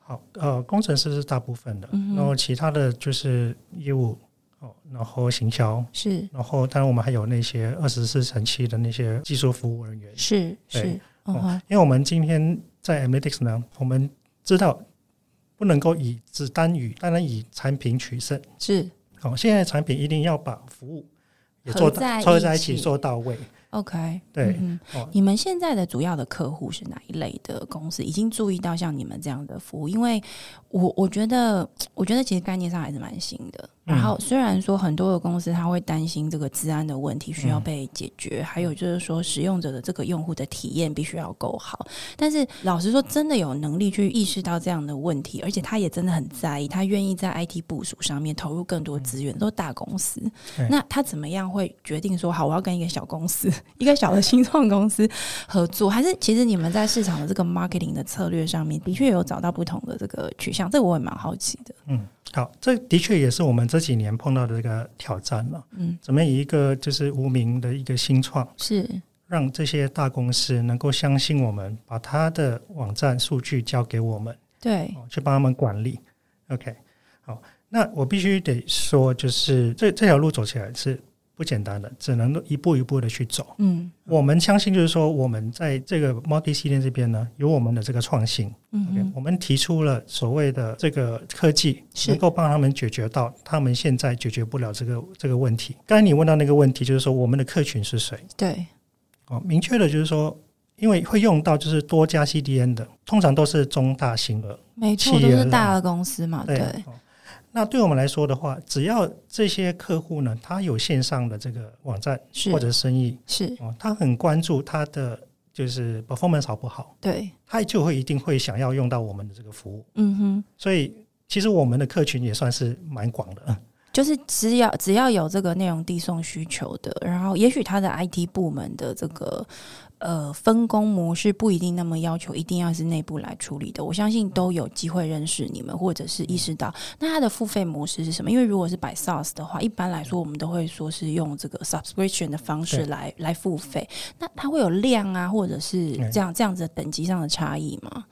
[SPEAKER 2] 好，呃，工程师是大部分的，
[SPEAKER 1] 嗯哼
[SPEAKER 2] 然后其他的就是业务哦，然后行销，
[SPEAKER 1] 是
[SPEAKER 2] 然后当然我们还有那些二十四乘七的那些技术服务人员，
[SPEAKER 1] 是
[SPEAKER 2] 对
[SPEAKER 1] 是，嗯
[SPEAKER 2] 哦
[SPEAKER 1] 哼，
[SPEAKER 2] 因为我们今天在 Analytics 呢，我们知道不能够以只单以当然以产品取胜。
[SPEAKER 1] 是
[SPEAKER 2] 哦，现在的产品一定要把服务也
[SPEAKER 1] 合
[SPEAKER 2] 做
[SPEAKER 1] 在
[SPEAKER 2] 到，
[SPEAKER 1] 一
[SPEAKER 2] 凑在一起
[SPEAKER 1] 起
[SPEAKER 2] 做到位。
[SPEAKER 1] OK。
[SPEAKER 2] 对
[SPEAKER 1] 嗯哼
[SPEAKER 2] 哦
[SPEAKER 1] 你们现在的主要的客户是哪一类的公司？已经注意到像你们这样的服务，因为我我觉得，我觉得其实概念上还是蛮新的。
[SPEAKER 2] 嗯
[SPEAKER 1] 然后虽然说很多的公司他会担心这个治安的问题需要被解决，还有就是说使用者的这个用户的体验必须要够好，但是老实说，真的有能力去意识到这样的问题，而且他也真的很在意，他愿意在 IT 部署上面投入更多资源，都是大公司。
[SPEAKER 2] 对
[SPEAKER 1] 那他怎么样会决定说好，我要跟一个小公司， <laughs> 一个小的新创公司合作？还是其实你们在市场的这个 marketing 的策略上面，的确有找到不同的这个取向？这个我也蛮好奇的。
[SPEAKER 2] 嗯，好，这的确也是我们这几年碰到的这个挑战了。
[SPEAKER 1] 嗯，
[SPEAKER 2] 怎么以一个就是无名的一个新创，
[SPEAKER 1] 是
[SPEAKER 2] 让这些大公司能够相信我们，把它的网站数据交给我们，
[SPEAKER 1] 对，
[SPEAKER 2] 哦去帮他们管理。OK，好，那我必须得说，就是这这条路走起来是不简单的，只能一步一步的去走。
[SPEAKER 1] 嗯
[SPEAKER 2] 我们相信就是说，我们在这个 multi C 链这边呢，有我们的这个创新。
[SPEAKER 1] 嗯
[SPEAKER 2] OK，
[SPEAKER 1] 哼
[SPEAKER 2] 我们提出了所谓的这个科技，
[SPEAKER 1] 是
[SPEAKER 2] 能够帮他们解决到他们现在解决不了这个这个问题。刚才你问到那个问题，就是说我们的客群是谁？
[SPEAKER 1] 对，
[SPEAKER 2] 哦，明确的就是说，因为会用到就是多家 CDN 的，通常都是中大型额。
[SPEAKER 1] 没错，
[SPEAKER 2] 企
[SPEAKER 1] 都
[SPEAKER 2] 业
[SPEAKER 1] 是
[SPEAKER 2] 啦
[SPEAKER 1] 大的公司嘛，对，
[SPEAKER 2] 哦那对我们来说的话，只要这些客户呢，他有线上的这个网站
[SPEAKER 1] 是
[SPEAKER 2] 或者生意，
[SPEAKER 1] 是，
[SPEAKER 2] 哦，他很关注他的就是 performance 好不好，
[SPEAKER 1] 对，
[SPEAKER 2] 他就会一定会想要用到我们的这个服务。
[SPEAKER 1] 嗯哼。
[SPEAKER 2] 所以其实我们的客群也算是蛮广的。啊
[SPEAKER 1] 就是只要只要有这个内容递送需求的，然后也许他的 IT 部门的这个呃分工模式不一定那么要求，一定要是内部来处理的。我相信都有机会认识你们，或者是意识到那它的付费模式是什么。因为如果是摆 SaaS 的话，一般来说我们都会说是用这个 subscription 的方式
[SPEAKER 2] 对
[SPEAKER 1] 来来付费。那它会有量啊，或者是
[SPEAKER 2] 哎
[SPEAKER 1] 这样这样子的等级上的差异吗？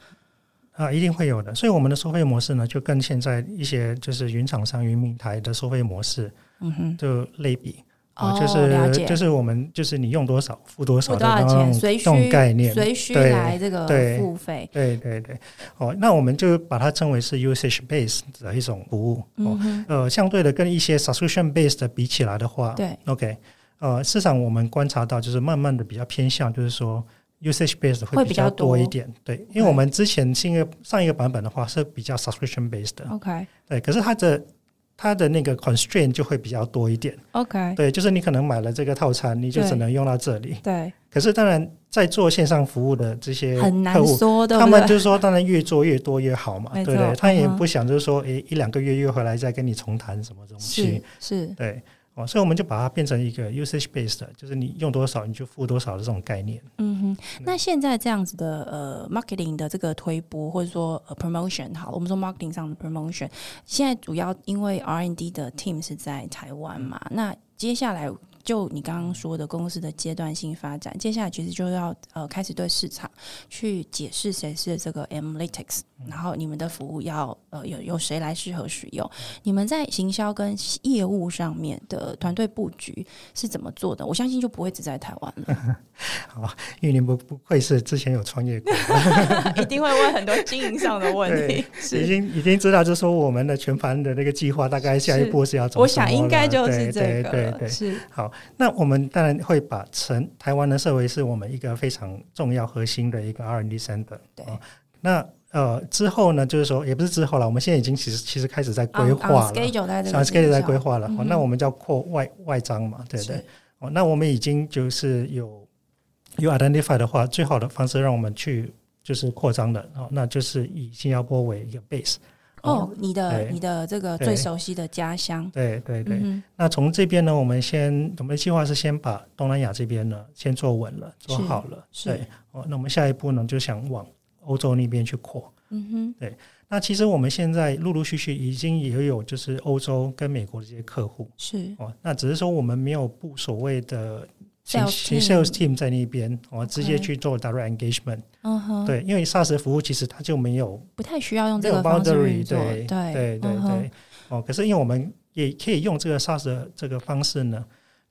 [SPEAKER 2] 啊，一定会有的。所以我们的收费模式呢，就跟现在一些就是云厂商、云平台的收费模式
[SPEAKER 1] 嗯哼，
[SPEAKER 2] 就类比啊，
[SPEAKER 1] 哦
[SPEAKER 2] 就
[SPEAKER 1] 了
[SPEAKER 2] 是
[SPEAKER 1] 解
[SPEAKER 2] 就是我们就是你用多少付多
[SPEAKER 1] 付
[SPEAKER 2] 少的
[SPEAKER 1] 多少
[SPEAKER 2] 那
[SPEAKER 1] 钱
[SPEAKER 2] 种
[SPEAKER 1] 随
[SPEAKER 2] 这种
[SPEAKER 1] 需
[SPEAKER 2] 概念。
[SPEAKER 1] 随需
[SPEAKER 2] 对
[SPEAKER 1] 来这个
[SPEAKER 2] 对
[SPEAKER 1] 付费。
[SPEAKER 2] 对对对，哦，那我们就把它称为是 usage based 的一种服务。哦
[SPEAKER 1] 嗯，哼，
[SPEAKER 2] 呃，相对的跟一些 subscription based 的比起来的话，
[SPEAKER 1] 对，
[SPEAKER 2] ，OK，呃，市场我们观察到，就是慢慢的比较偏向，就是说 usage based
[SPEAKER 1] 会
[SPEAKER 2] 会
[SPEAKER 1] 比
[SPEAKER 2] 比
[SPEAKER 1] 较
[SPEAKER 2] 较
[SPEAKER 1] 多
[SPEAKER 2] 多一点。对，因为我们之前新的上一个版本的话是比较 subscription based 的，
[SPEAKER 1] OK
[SPEAKER 2] 对，啊可是它的它的那个 constraint 就会比较多一点。
[SPEAKER 1] OK，
[SPEAKER 2] 对，就是你可能买了这个套餐，你就
[SPEAKER 1] 对
[SPEAKER 2] 只能用到这里。
[SPEAKER 1] 对，
[SPEAKER 2] 可是当然，在做线上服务的这些
[SPEAKER 1] 很
[SPEAKER 2] 客
[SPEAKER 1] 难
[SPEAKER 2] 户。
[SPEAKER 1] 说，对
[SPEAKER 2] 他
[SPEAKER 1] 不
[SPEAKER 2] 们
[SPEAKER 1] 对？
[SPEAKER 2] 就是说，当然越做越多越好嘛，
[SPEAKER 1] 没
[SPEAKER 2] 对
[SPEAKER 1] 错
[SPEAKER 2] 不对？他也
[SPEAKER 1] 嗯哼
[SPEAKER 2] 不想就是说，诶，一两个月又回来再跟你重谈什么东西。
[SPEAKER 1] 是是，
[SPEAKER 2] 对，哦，所以我们就把它变成一个 usage based，的就是你用多少你就付多少的这种概念。
[SPEAKER 1] 嗯哼。那现在这样子的呃 marketing 的这个推波，或者说、呃、promotion 好了，我们说 marketing 上的 promotion，现在主要因为 R N D 的 team 是在台湾嘛，那接下来。就你刚刚说的公司的阶段性发展，接下来其实就要呃开始对市场去解释谁是这个 analytics，然后你们的服务要呃有有谁来适合使用，你们在行销跟业务上面的团队布局是怎么做的？我相信就不会只在台湾了。
[SPEAKER 2] 玉林不不愧是之前有创
[SPEAKER 1] <laughs>
[SPEAKER 2] 业过，
[SPEAKER 1] 一定会问很多经营上的问题
[SPEAKER 2] 对。已，经已经知道，就是说我们的全盘的那个计划大概下一步是要怎么
[SPEAKER 1] 我
[SPEAKER 2] 什么
[SPEAKER 1] 想应该
[SPEAKER 2] 了
[SPEAKER 1] 就是
[SPEAKER 2] 对
[SPEAKER 1] 这
[SPEAKER 2] 对
[SPEAKER 1] 个
[SPEAKER 2] 对
[SPEAKER 1] 了。
[SPEAKER 2] 对。
[SPEAKER 1] 是，
[SPEAKER 2] 好，那我们当然会把成台湾的社会是我们一个非常重要核心的一个 R&D center。
[SPEAKER 1] 对
[SPEAKER 2] 哦那呃之后呢，就是说也不是之后了，我们现在已经其实其实开始在规
[SPEAKER 1] on- on
[SPEAKER 2] 划了
[SPEAKER 1] schedule 在这个
[SPEAKER 2] 像 scale 在规
[SPEAKER 1] 划，
[SPEAKER 2] 划了。哦
[SPEAKER 1] 嗯
[SPEAKER 2] 那我们叫扩外外张嘛，对不对？哦，那我们已经就是有有 identify 的话，最好的方式让我们去就是扩张的哦，那就是以新加坡为一个 base。
[SPEAKER 1] 哦，你的
[SPEAKER 2] 对
[SPEAKER 1] 你的这个
[SPEAKER 2] 对
[SPEAKER 1] 最熟悉的家乡，
[SPEAKER 2] 对对对，
[SPEAKER 1] 嗯
[SPEAKER 2] 那从这边呢，我们先我们的计划是先把东南亚这边呢先做稳了，做
[SPEAKER 1] 是
[SPEAKER 2] 好了。
[SPEAKER 1] 是
[SPEAKER 2] 对，哦，那我们下一步呢就想往欧洲那边去扩。
[SPEAKER 1] 哼嗯
[SPEAKER 2] 那其实我们现在陆陆续续已经也有就是欧洲跟美国的这些客户
[SPEAKER 1] 哼，是
[SPEAKER 2] 哦，那只是说我们没有布所谓的
[SPEAKER 1] Sales
[SPEAKER 2] 行
[SPEAKER 1] team
[SPEAKER 2] sales team 在那边，哦，直接
[SPEAKER 1] OK
[SPEAKER 2] 去做 direct engagement。
[SPEAKER 1] 嗯哼，
[SPEAKER 2] 对，因为 SaaS 的服务其实它就没有
[SPEAKER 1] 不太需要用
[SPEAKER 2] 没
[SPEAKER 1] 这
[SPEAKER 2] 有
[SPEAKER 1] 个方式运
[SPEAKER 2] boundary，
[SPEAKER 1] 作，对
[SPEAKER 2] 对对对
[SPEAKER 1] 嗯哼
[SPEAKER 2] 对。哦，可是因为我们也可以用这个 SaaS 的这个方式呢，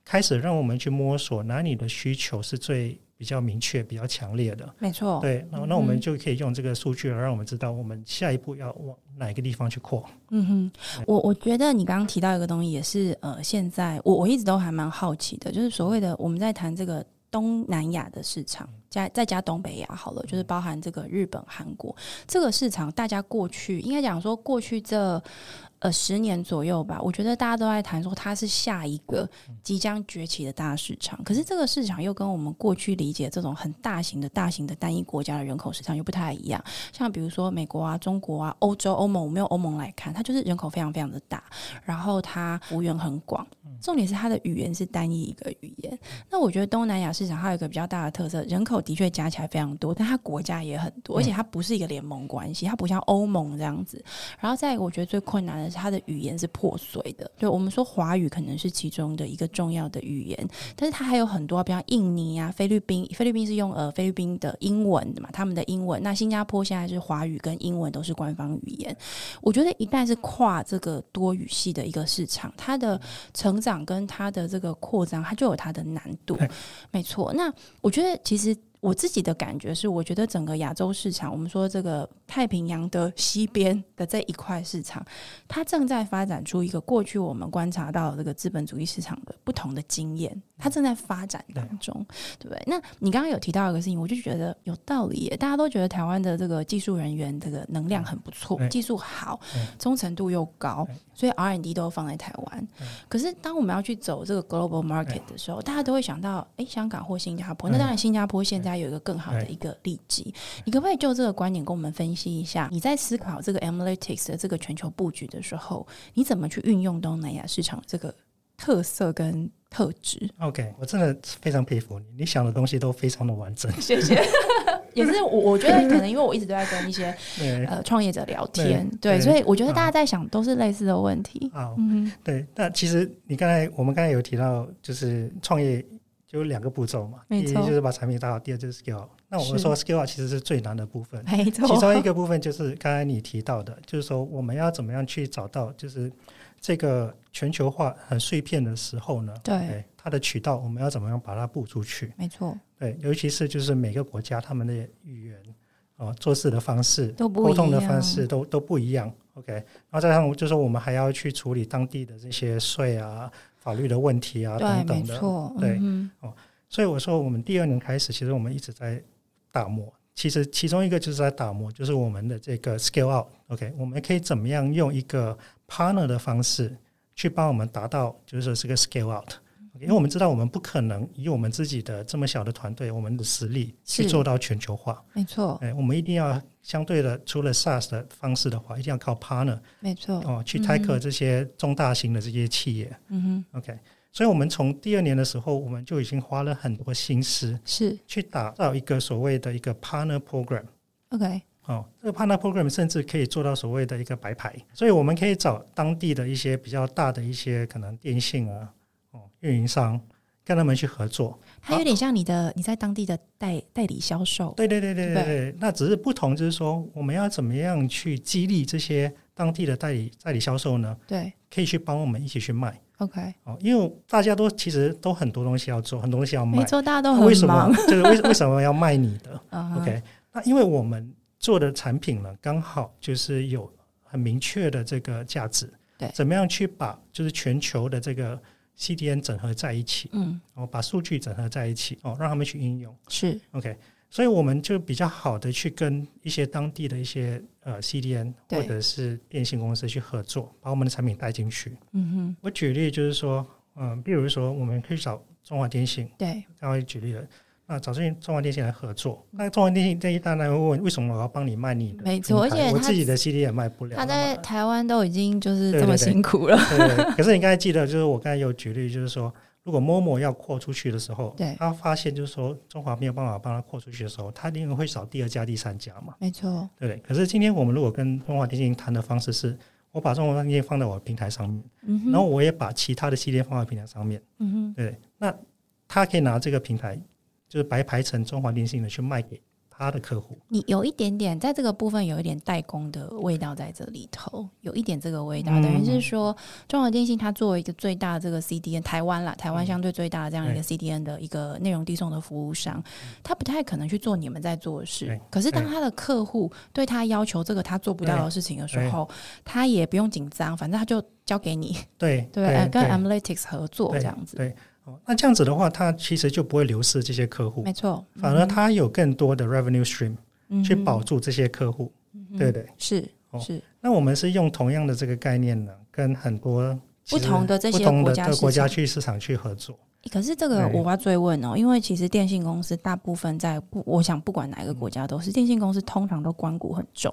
[SPEAKER 2] 开始让我们去摸索哪里的需求是最比较明确、比较强烈的。
[SPEAKER 1] 没错，
[SPEAKER 2] 对，那那我
[SPEAKER 1] 嗯
[SPEAKER 2] 们就可以用这个数据来让我们知道我们下一步要往哪个地方去扩。
[SPEAKER 1] 嗯哼，我我觉得你刚刚提到一个东西，也是呃，现在我我一直都还蛮好奇的，就是所谓的我们在谈这个东南亚的市场，加再加东北亚好了，就是包含这个日本、韩国这个市场，大家过去应该讲说过去这。呃，十年左右吧，我觉得大家都在谈说它是下一个即将崛起的大市场。可是这个市场又跟我们过去理解这种很大型的、大型的单一国家的人口市场又不太一样。像比如说美国啊、中国啊、欧洲、欧盟，我们用欧盟来看，它就是人口非常非常的大，然后它服务员很广，重点是它的语言是单一一个语言。那我觉得东南亚市场它有一个比较大的特色，人口的确加起来非常多，但它国家也很多，而且它不是一个联盟关系，它不像欧盟这样子。然后再一个，我觉得最困难的的是它的语言是破碎的。对我们说华语可能是其中的一个重要的语言，但是它还有很多，比方印尼啊、菲律宾，菲律宾是用呃菲律宾的英文的嘛，他们的英文。那新加坡现在是华语跟英文都是官方语言。我觉得一旦是跨这个多语系的一个市场，它的成长跟它的这个扩张，它就有它的难度。
[SPEAKER 2] 对
[SPEAKER 1] 没错。那我觉得其实。我自己的感觉是，我觉得整个亚洲市场，我们说这个太平洋的西边的这一块市场，它正在发展出一个过去我们观察到的这个资本主义市场的不同的经验，它正在发展当中，对不对？那你刚刚有提到一个事情，我就觉得有道理耶。大家都觉得台湾的这个技术人员这个能量很不错，
[SPEAKER 2] 对
[SPEAKER 1] 技术好
[SPEAKER 2] 对，
[SPEAKER 1] 忠诚度又高，所以 R&D 都放在台湾。可是当我们要去走这个 global market 的时候，大家都会想到，诶，香港或新加坡。那
[SPEAKER 2] 对
[SPEAKER 1] 当然，新加坡现在有一个更好的
[SPEAKER 2] 对
[SPEAKER 1] 一个利基。你可不可以就这个观点跟我们分析一下？你在思考这个 analytics 的这个全球布局的时候，你怎么去运用东南亚市场这个特色跟特质？
[SPEAKER 2] OK，我真的非常佩服你，你想的东西都非常的完整。 <laughs>
[SPEAKER 1] 谢 <laughs> 谢。也是我，我觉得可能因为我一直都在跟一些
[SPEAKER 2] 对
[SPEAKER 1] 呃创业者聊天，对，
[SPEAKER 2] 对对
[SPEAKER 1] 所以我觉得
[SPEAKER 2] 啊
[SPEAKER 1] 大家在想都是类似的问题。
[SPEAKER 2] 啊，
[SPEAKER 1] 嗯哼，
[SPEAKER 2] 对，那其实你刚才我们刚才有提到，就是创业就有两个步骤嘛，第
[SPEAKER 1] 没
[SPEAKER 2] 一
[SPEAKER 1] 错
[SPEAKER 2] 就是把产品打好，第二就是 scale up。那我们
[SPEAKER 1] 是哦
[SPEAKER 2] 说 scale up 其实是最难的部
[SPEAKER 1] <laughs>
[SPEAKER 2] 分，
[SPEAKER 1] 没错。
[SPEAKER 2] 嗯其中一个部分就是刚才你提到的，就是说我们要怎么样去找到，就是这个全球化很碎片的时候呢，
[SPEAKER 1] 对
[SPEAKER 2] 哎它的渠道我们要怎么样把它布出去？
[SPEAKER 1] 没错，
[SPEAKER 2] 对，尤其是就是每个国家他们的语言哦，做事的方式、
[SPEAKER 1] 都不一
[SPEAKER 2] 沟
[SPEAKER 1] 样
[SPEAKER 2] 通的方式都都不一样。OK，然后再上就是我们还要去处理当地的这些税啊、法律的问题啊
[SPEAKER 1] 对，
[SPEAKER 2] 等
[SPEAKER 1] 没
[SPEAKER 2] 等的。
[SPEAKER 1] 错，
[SPEAKER 2] 对
[SPEAKER 1] 嗯
[SPEAKER 2] 所以我说，我们第二年开始，其实我们一直在打磨。其实其中一个就是在打磨，就是我们的这个 scale out。OK，我们可以怎么样用一个 partner 的方式去帮我们达到，就是说这个 scale out。OK，因为我们知道我们不可能以我们自己的这么小的团队，我们的实力去
[SPEAKER 1] 是
[SPEAKER 2] 做到全球化。
[SPEAKER 1] 哼没错，
[SPEAKER 2] 哎，我们一定要相对的，除了 SaaS 的方式的话，一定要靠 partner
[SPEAKER 1] 没错，
[SPEAKER 2] 哦去
[SPEAKER 1] 嗯
[SPEAKER 2] tackle 这些中大型的这些企业。
[SPEAKER 1] 嗯
[SPEAKER 2] OK，所以我们从第二年的时候，我们就已经花了很多心思
[SPEAKER 1] 哼，是
[SPEAKER 2] 去打造一个所谓的一个 partner program。
[SPEAKER 1] OK，
[SPEAKER 2] 哦，这个 partner program 甚至可以做到所谓的一个白牌，所以我们可以找当地的一些比较大的一些可能电信啊、哦运营商，跟他们去合作。
[SPEAKER 1] 它有点像你的你在当地的代代理销售，
[SPEAKER 2] 对对对对对
[SPEAKER 1] 对
[SPEAKER 2] 对，那只是不同，就是说我们要怎么样去激励这些当地的代理代理销售呢？
[SPEAKER 1] 对
[SPEAKER 2] 可以去帮我们一起去卖
[SPEAKER 1] OK，
[SPEAKER 2] 哦，因为大家都其实都很多东西要做，很多东西要卖
[SPEAKER 1] 没，错，大家都
[SPEAKER 2] 那为
[SPEAKER 1] 很
[SPEAKER 2] 什么
[SPEAKER 1] 忙
[SPEAKER 2] <laughs> 就是为为什么要卖你的
[SPEAKER 1] <laughs> 嗯哼
[SPEAKER 2] ？OK，那因为我们做的产品呢，刚好就是有很明确的这个价值，
[SPEAKER 1] 对
[SPEAKER 2] 怎么样去把就是全球的这个 CDN 整合在一起，
[SPEAKER 1] 嗯，
[SPEAKER 2] 然后把数据整合在一起，哦，让他们去应用。
[SPEAKER 1] 是
[SPEAKER 2] OK，所以我们就比较好的去跟一些当地的一些呃 CDN
[SPEAKER 1] 对
[SPEAKER 2] 或者是电信公司去合作，把我们的产品带进去。
[SPEAKER 1] 嗯
[SPEAKER 2] 我举例就是说，嗯、比如说我们可以找中华电信，
[SPEAKER 1] 哼，对，
[SPEAKER 2] 刚刚举例了。那找这些中华电信来合作，那中华电信这一单然会问为什么我要帮你卖你
[SPEAKER 1] 嗯
[SPEAKER 2] 的
[SPEAKER 1] 没
[SPEAKER 2] 品牌？
[SPEAKER 1] 错而且
[SPEAKER 2] 我
[SPEAKER 1] 他
[SPEAKER 2] 自己的 CD 也卖不了。
[SPEAKER 1] 他在台湾都已经就是
[SPEAKER 2] 对
[SPEAKER 1] 这么
[SPEAKER 2] 对对
[SPEAKER 1] 辛苦了，
[SPEAKER 2] <laughs> 对，可是你刚才记得，就是我刚才有举例，就是说，如果 Momo 要扩出去的时候，
[SPEAKER 1] 对
[SPEAKER 2] 他发现就是说中华没有办法帮他扩出去的时候，他一定会找第二家、第三家嘛，
[SPEAKER 1] 没错，
[SPEAKER 2] 对不对？可是今天我们如果跟中华电信谈的方式是，我把中华电信放在我的平台上面，
[SPEAKER 1] 嗯哼，
[SPEAKER 2] 然后我也把其他的系列放在平台上面，
[SPEAKER 1] 嗯哼，
[SPEAKER 2] 对不对，那他可以拿这个平台就是白牌成中华电信的去卖给他的客户，
[SPEAKER 1] 你有一点点在这个部分有一点代工的味道在这里头，有一点这个味道，
[SPEAKER 2] 嗯
[SPEAKER 1] 等于是说中华电信它作为一个最大的这个 CDN，台湾啦，
[SPEAKER 2] 嗯
[SPEAKER 1] 台湾相对最大的这样一个 CDN 的一个内容递送的服务商，它不太可能去做你们在做的事
[SPEAKER 2] 嗯对。
[SPEAKER 1] 可是当
[SPEAKER 2] 对
[SPEAKER 1] 他的客户对他要求这个他做不到的事情的时
[SPEAKER 2] 对
[SPEAKER 1] 候，他也不用紧张，反正他就交给你，
[SPEAKER 2] 对
[SPEAKER 1] 对，呃跟 Analytics 合作
[SPEAKER 2] 对
[SPEAKER 1] 这样子，
[SPEAKER 2] 对哦那这样子的话，他其实就不会流失这些客户
[SPEAKER 1] 没，错，
[SPEAKER 2] 反而他有更多的 revenue stream
[SPEAKER 1] 嗯
[SPEAKER 2] 去保住这些客户，对不对？
[SPEAKER 1] 是
[SPEAKER 2] 哦
[SPEAKER 1] 是
[SPEAKER 2] 那我们是用同样的这个概念呢，跟很多其实
[SPEAKER 1] 不同的这些
[SPEAKER 2] 不同的
[SPEAKER 1] 国家
[SPEAKER 2] 这个国
[SPEAKER 1] 市
[SPEAKER 2] 家
[SPEAKER 1] 场
[SPEAKER 2] 去市场去合作。
[SPEAKER 1] 可是这个
[SPEAKER 2] 对
[SPEAKER 1] 我要追问哦，因为其实电信公司大部分在不，我想不管哪个国家都
[SPEAKER 2] 嗯
[SPEAKER 1] 是，电信公司通常都关股很重，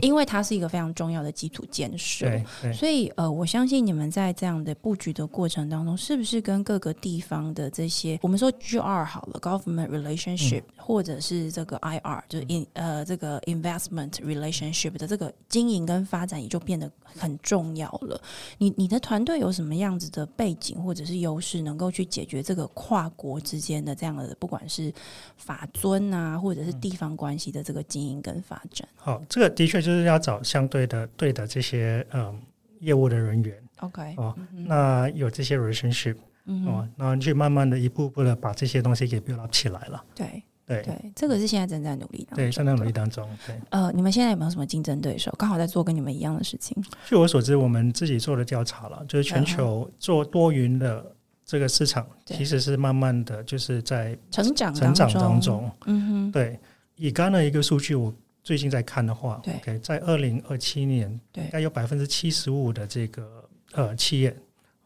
[SPEAKER 1] 因为它是一个非常重要的基础建设。
[SPEAKER 2] 对对，
[SPEAKER 1] 所以呃，我相信你们在这样的布局的过程当中，是不是跟各个地方的这些我们说 GR 好
[SPEAKER 2] 嗯
[SPEAKER 1] 了，government relationship，、或者是这个 IR，就是 in 呃这个 investment
[SPEAKER 2] 嗯
[SPEAKER 1] relationship 的这个经营跟发展也就变得很重要了。你你的团队有什么样子的背景或者是优势，能够去解决这个跨国之间的这样的，不管是法尊啊，或者是地方关系的这个经营跟发展
[SPEAKER 2] 好，这个的确就是要找相对的对的这些嗯业务的人员
[SPEAKER 1] ？OK，
[SPEAKER 2] 哦，那有这些 relationship
[SPEAKER 1] 嗯哼，
[SPEAKER 2] 哦，然后去慢慢的一步步的把这些东西给 build up 起来了。
[SPEAKER 1] 对
[SPEAKER 2] 对
[SPEAKER 1] 对，这个是现在正在努力当中。
[SPEAKER 2] 哦对，相当努力当中。对，
[SPEAKER 1] 呃，你们现在有没有什么竞争对手？刚好在做跟你们一样的事情。
[SPEAKER 2] 据我所知，我们自己做的调查了，就是全球做多云的这个市场，
[SPEAKER 1] 嗯对
[SPEAKER 2] 其实是慢慢的就是在
[SPEAKER 1] 成长
[SPEAKER 2] 成长
[SPEAKER 1] 当
[SPEAKER 2] 当，中。
[SPEAKER 1] 嗯哼，
[SPEAKER 2] 对，以刚的一个数据，我最近在看的话
[SPEAKER 1] 对
[SPEAKER 2] ，OK，在二零二七年，
[SPEAKER 1] 对
[SPEAKER 2] 应该有百分之七十五的这个呃企业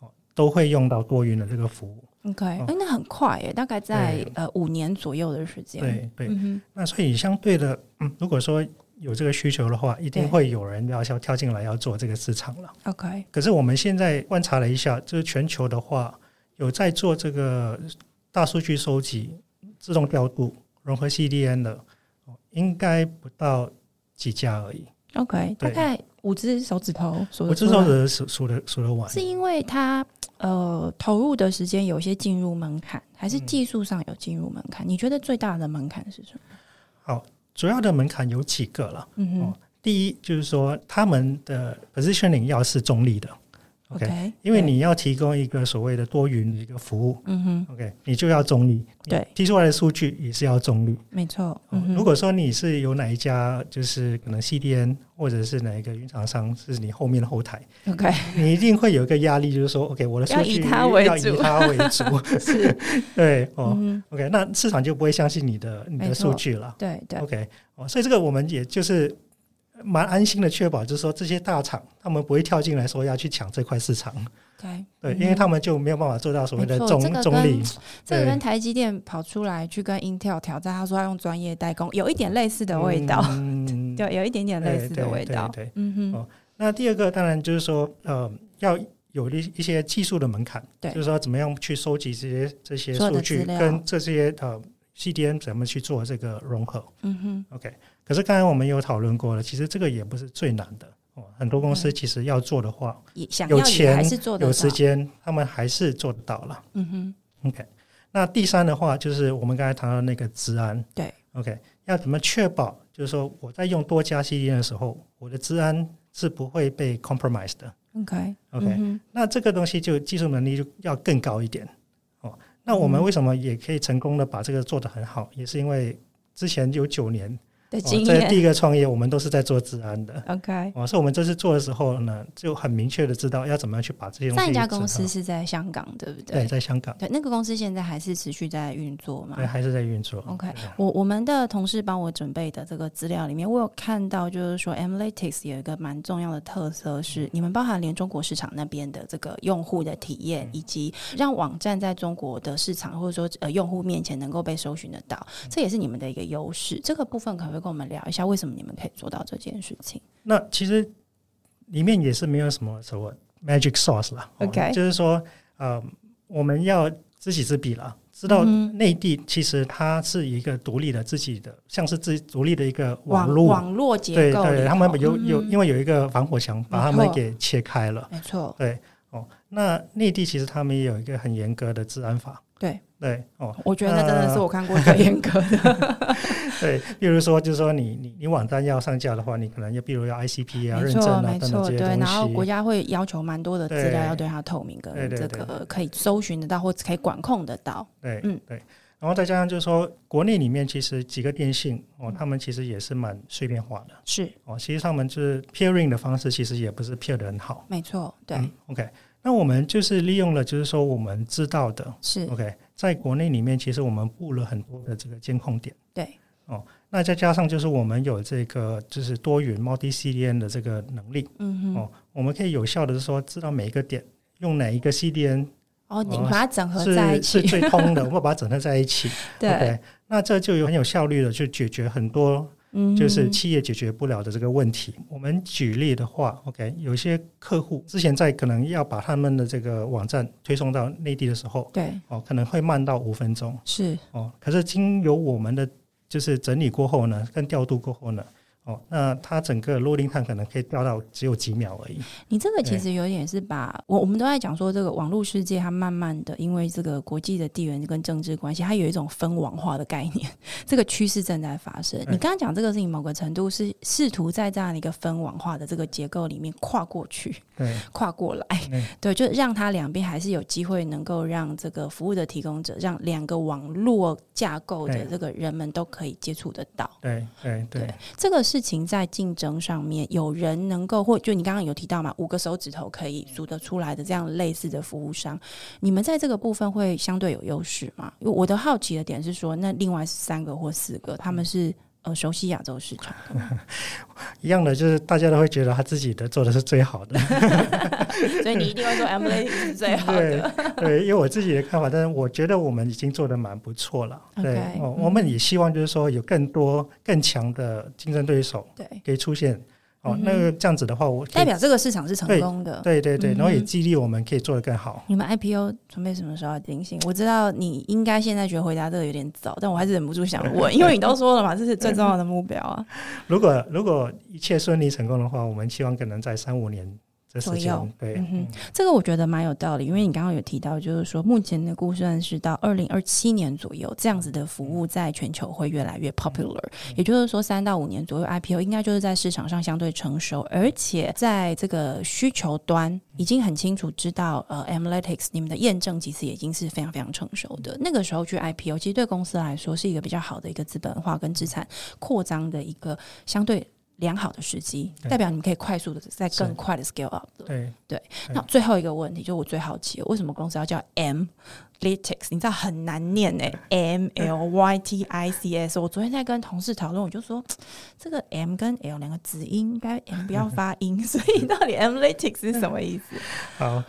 [SPEAKER 2] 哦都会用到多云的这个服务。
[SPEAKER 1] ，OK，哎、
[SPEAKER 2] 哦
[SPEAKER 1] 那很快耶，大概在
[SPEAKER 2] 对
[SPEAKER 1] 呃五年左右的时间。，
[SPEAKER 2] 对对，
[SPEAKER 1] 嗯
[SPEAKER 2] 那所以相对的，嗯，如果说有这个需求的话，一定
[SPEAKER 1] 对
[SPEAKER 2] 会有人要要跳进来要做这个市场了。
[SPEAKER 1] 哼，OK，
[SPEAKER 2] 可是我们现在观察了一下，就是全球的话，有在做这个大数据收集、自动调度、融合 CDN 的，哦应该不到几家而已。
[SPEAKER 1] OK，大
[SPEAKER 2] 对
[SPEAKER 1] 概五只手指头数得
[SPEAKER 2] 我
[SPEAKER 1] 出
[SPEAKER 2] 至
[SPEAKER 1] 来。
[SPEAKER 2] 少只数数得数得完。
[SPEAKER 1] 是因为它呃投入的时间有些进入门槛，还
[SPEAKER 2] 嗯
[SPEAKER 1] 是技术上有进入门槛？你觉得最大的门槛是什么？
[SPEAKER 2] 主要的门槛有几个了。
[SPEAKER 1] 嗯哼、
[SPEAKER 2] 哦第一就是说，他们的 positioning 要是中立的
[SPEAKER 1] o k
[SPEAKER 2] 因为你要提供一个所谓的多云的一个服务
[SPEAKER 1] 嗯哼，
[SPEAKER 2] ，OK，你就要中立。
[SPEAKER 1] 对，
[SPEAKER 2] 提出来的数据也是要中立。
[SPEAKER 1] 没错，
[SPEAKER 2] 哦
[SPEAKER 1] 嗯哼，
[SPEAKER 2] 如果说你是有哪一家，就是可能 CDN 或者是哪一个云厂商是你后面的后台，
[SPEAKER 1] OK
[SPEAKER 2] 你一定会有一个压力，就是说，OK，我的
[SPEAKER 1] 嗯
[SPEAKER 2] 数
[SPEAKER 1] 要以
[SPEAKER 2] 据
[SPEAKER 1] 它为
[SPEAKER 2] 要以
[SPEAKER 1] 主
[SPEAKER 2] 它为主，
[SPEAKER 1] <laughs>
[SPEAKER 2] <laughs>
[SPEAKER 1] 是，
[SPEAKER 2] 对哦、
[SPEAKER 1] 嗯哼，
[SPEAKER 2] o k 那市场就不会相信你的你
[SPEAKER 1] 没
[SPEAKER 2] 的
[SPEAKER 1] 错
[SPEAKER 2] 数据了。
[SPEAKER 1] 对对
[SPEAKER 2] OK，哦，所以这个我们也就是蛮安心的，确保就是说这些大厂他们不会跳进来说要去抢这块市场，
[SPEAKER 1] ，OK，
[SPEAKER 2] 对，
[SPEAKER 1] 嗯
[SPEAKER 2] 因为
[SPEAKER 1] 哼
[SPEAKER 2] 他们就没有办法做到所谓的
[SPEAKER 1] 没错
[SPEAKER 2] 中、
[SPEAKER 1] 这个
[SPEAKER 2] 中立
[SPEAKER 1] 跟，这个
[SPEAKER 2] 对
[SPEAKER 1] 跟台积电跑出来去跟 Intel 挑战，他说要用专业代工，有一点类似的味道，<laughs>
[SPEAKER 2] 嗯
[SPEAKER 1] 对，有一点点类似的味道。
[SPEAKER 2] 对对对对
[SPEAKER 1] 嗯哼，
[SPEAKER 2] 哦那第二个当然就是说，呃，要有一一些技术的门槛，
[SPEAKER 1] 对
[SPEAKER 2] 就是说怎么样去收集这些这些
[SPEAKER 1] 所有的
[SPEAKER 2] 数据
[SPEAKER 1] 资料
[SPEAKER 2] 跟这些呃 CDN 怎么去做这个融合。
[SPEAKER 1] 嗯哼，
[SPEAKER 2] OK，可是刚才我们有讨论过了，其实这个也不是最难的哦。很多公司
[SPEAKER 1] 嗯
[SPEAKER 2] 其实要做的话，
[SPEAKER 1] 也想
[SPEAKER 2] 有
[SPEAKER 1] 要也
[SPEAKER 2] 钱
[SPEAKER 1] 还是做得
[SPEAKER 2] 有时
[SPEAKER 1] 到。
[SPEAKER 2] 间他们还是做得到了。
[SPEAKER 1] 嗯哼，
[SPEAKER 2] OK，那第三的话就是我们刚才谈到那个治安，
[SPEAKER 1] 对
[SPEAKER 2] ，OK，要怎么确保就是说我在用多家 CDN 的时候，我的治安是不会被 compromise 的。
[SPEAKER 1] ，OK，
[SPEAKER 2] OK，、
[SPEAKER 1] 嗯
[SPEAKER 2] 那这个东西就技术能力就要更高一点哦。那我们为什么也可以成功的把这个做得很好，也是因为之前有九年
[SPEAKER 1] 哼的
[SPEAKER 2] 哦
[SPEAKER 1] 经，
[SPEAKER 2] 在第
[SPEAKER 1] 验。
[SPEAKER 2] 一个创业，我们都是在做治安的。
[SPEAKER 1] OK，
[SPEAKER 2] 哦，所以我们这次做的时候呢，就很明确的知道要怎么样去把这些东西。
[SPEAKER 1] 上一家公司，是在香港，对不
[SPEAKER 2] 对，
[SPEAKER 1] 对？
[SPEAKER 2] 在香港，
[SPEAKER 1] 对，那个公司现在还是持续在运作嘛
[SPEAKER 2] 对，？还是在运作。
[SPEAKER 1] OK，我我们的同事帮我准备的这个资料里面，我有看到，就是说 Analytics 有一个蛮重要的特色
[SPEAKER 2] 嗯
[SPEAKER 1] 是，你们包含连中国市场那边的这个用户的体
[SPEAKER 2] 嗯
[SPEAKER 1] 验，以及让网站在中国的市场或者说呃用户面前能够被搜寻得到，
[SPEAKER 2] 嗯
[SPEAKER 1] 这也是你们的一个优势。这个部分可不可以跟我们聊一下，为什么你们可以做到这件事情？
[SPEAKER 2] 那其实里面也是没有什么什么 magic sauce 啦。哦
[SPEAKER 1] OK
[SPEAKER 2] 就是说，呃，我们要知己知彼啦，知道
[SPEAKER 1] 嗯
[SPEAKER 2] 内地其实它是一个独立的自己的，像是自己独立的一个网
[SPEAKER 1] 网
[SPEAKER 2] 络。
[SPEAKER 1] 络
[SPEAKER 2] 对
[SPEAKER 1] 结构里
[SPEAKER 2] 对，
[SPEAKER 1] 头，
[SPEAKER 2] 他们有有
[SPEAKER 1] 嗯
[SPEAKER 2] 因为有一个防火墙把他
[SPEAKER 1] 没
[SPEAKER 2] 们
[SPEAKER 1] 错
[SPEAKER 2] 给切开了。
[SPEAKER 1] 没错，
[SPEAKER 2] 对哦，那内地其实他们也有一个很严格的治安法。
[SPEAKER 1] 对
[SPEAKER 2] 对哦，
[SPEAKER 1] 我觉得那真的是我看过最严格
[SPEAKER 2] <laughs>
[SPEAKER 1] 的， <laughs>
[SPEAKER 2] 对，比如说就是说你你你网站要上架的话，你可能要比如要 ICP 啊
[SPEAKER 1] 没
[SPEAKER 2] 认证
[SPEAKER 1] 错
[SPEAKER 2] 啊
[SPEAKER 1] 没
[SPEAKER 2] 等等
[SPEAKER 1] 错，
[SPEAKER 2] 这些
[SPEAKER 1] 对，
[SPEAKER 2] 东西。
[SPEAKER 1] 然后国家会要求蛮多的资料
[SPEAKER 2] 对
[SPEAKER 1] 要对它透明跟
[SPEAKER 2] 对对
[SPEAKER 1] 这
[SPEAKER 2] 对
[SPEAKER 1] 个可以搜寻得到或者可以管控得到，
[SPEAKER 2] 对，
[SPEAKER 1] 嗯
[SPEAKER 2] 对。然后再加上就是说，国内里面其实几个电信哦，他们其实也是蛮碎片化的
[SPEAKER 1] 是
[SPEAKER 2] 哦。其实他们就是 peering 的方式，其实也不是 peer 的很好。
[SPEAKER 1] 没错，对，
[SPEAKER 2] 嗯、，OK。那我们就是利用了，就是说我们知道的
[SPEAKER 1] 是，
[SPEAKER 2] ，OK，在国内里面，其实我们布了很多的这个监控点。
[SPEAKER 1] 对，
[SPEAKER 2] 那再加上就是我们有这个就是多云 multi CDN 的这个能力
[SPEAKER 1] 嗯哼，
[SPEAKER 2] 哦，我们可以有效的是说知道每一个点用哪一个 CDN
[SPEAKER 1] 哦，你把它整合在一
[SPEAKER 2] 是是
[SPEAKER 1] 起，
[SPEAKER 2] 最通的，我 <laughs> 们把它整合在一起。
[SPEAKER 1] 对，
[SPEAKER 2] OK，那这就有很有效率的去解决很多
[SPEAKER 1] 嗯
[SPEAKER 2] 就是企业解决不了的这个问题。我们举例的话，OK，有些客户之前在可能要把他们的这个网站推送到内地的时候，
[SPEAKER 1] 对
[SPEAKER 2] 哦，可能会慢到五分钟
[SPEAKER 1] 是
[SPEAKER 2] 哦。可是经由我们的就是整理过后呢，跟调度过后呢。哦，那它整个 loading time 可能可以掉到只有几秒而已。
[SPEAKER 1] 你这个其
[SPEAKER 2] 对
[SPEAKER 1] 实有点是把我我们都在讲说，这个网络世界它慢慢的因为这个国际的地缘跟政治关系，它有一种分网化的概念， <laughs> 这个趋势正在发生。
[SPEAKER 2] 对
[SPEAKER 1] 你刚刚讲这个事情，某个程度是试图在这样的一个分网化的这个结构里面跨过去。
[SPEAKER 2] 对，
[SPEAKER 1] 跨过来
[SPEAKER 2] 嗯，
[SPEAKER 1] <laughs> 对，就让它两边还是有机会能够让这个服务的提供者，让两个网络架构的
[SPEAKER 2] 对
[SPEAKER 1] 这个人们都可以接触得到。
[SPEAKER 2] 对，对，对
[SPEAKER 1] 对，这个事情在竞争上面，有人能够或就你刚刚有提到嘛，五个手指头可以数得出来的这样类似的服务商，你们在这个部分会相对有优势吗？因为我的好奇的点是说，那另外三个或四个
[SPEAKER 2] 嗯
[SPEAKER 1] 他们是。呃，熟悉亚洲市场，
[SPEAKER 2] 一样的，就是大家都会觉得他自己的做的是最好的。
[SPEAKER 1] 所以你一定会说 M A 是最 <laughs> 好
[SPEAKER 2] 对
[SPEAKER 1] 的。
[SPEAKER 2] 对，因为我自己的看法，但是我觉得我们已经做的蛮不错了。对
[SPEAKER 1] OK，
[SPEAKER 2] 哦，
[SPEAKER 1] 嗯
[SPEAKER 2] 我们也希望就是说有更多更强的竞争对手
[SPEAKER 1] 对，
[SPEAKER 2] 可以出现。哦，
[SPEAKER 1] 嗯哼
[SPEAKER 2] 那个这样子的话，我可以
[SPEAKER 1] 代表这个市场是成功的。
[SPEAKER 2] 对对对，
[SPEAKER 1] 嗯哼
[SPEAKER 2] 然后也激励我们可以做得更好。
[SPEAKER 1] 你们 IPO 准备什么时候要定性？我知道你应该现在觉得回答这个有点早，但我还是忍不住想问，因为你都说了嘛，这是最重要的目标啊。
[SPEAKER 2] 如果如果一切顺利成功的话，我们希望可能在三五年这时
[SPEAKER 1] 左右
[SPEAKER 2] 间，对，
[SPEAKER 1] 嗯哼，这个我觉得蛮有道理，因为你刚刚有提到，就是说目前的估算是到二零二七年左右，这样子的服务在全球会越来越
[SPEAKER 2] 嗯
[SPEAKER 1] popular，、也就是说三到五年左右 IPO 应该就是在市场上相对成熟，而且在这个需求端已经很清楚知道，呃，Analytics 你们的验证其实已经是非常非常成熟
[SPEAKER 2] 嗯
[SPEAKER 1] 的。那个时候去 IPO，其实对公司来说是一个比较好的一个资本化跟资产扩张的一个相对。良好的时机，
[SPEAKER 2] 对
[SPEAKER 1] 代表你们可以快速的在更
[SPEAKER 2] 是
[SPEAKER 1] 快的 scale up 了
[SPEAKER 2] 对。
[SPEAKER 1] 那最后一个问题，就我最好奇的，为什么公司要叫 M Lytics？你知道很难念哎、m L Y T I C S。我昨天在跟同事讨论，我就说嘖这个 M 跟 L 两个子音，应该 M 不要发音， <laughs> 所以到底 M Lytics 是什么意
[SPEAKER 2] <laughs>
[SPEAKER 1] 思？
[SPEAKER 2] 好，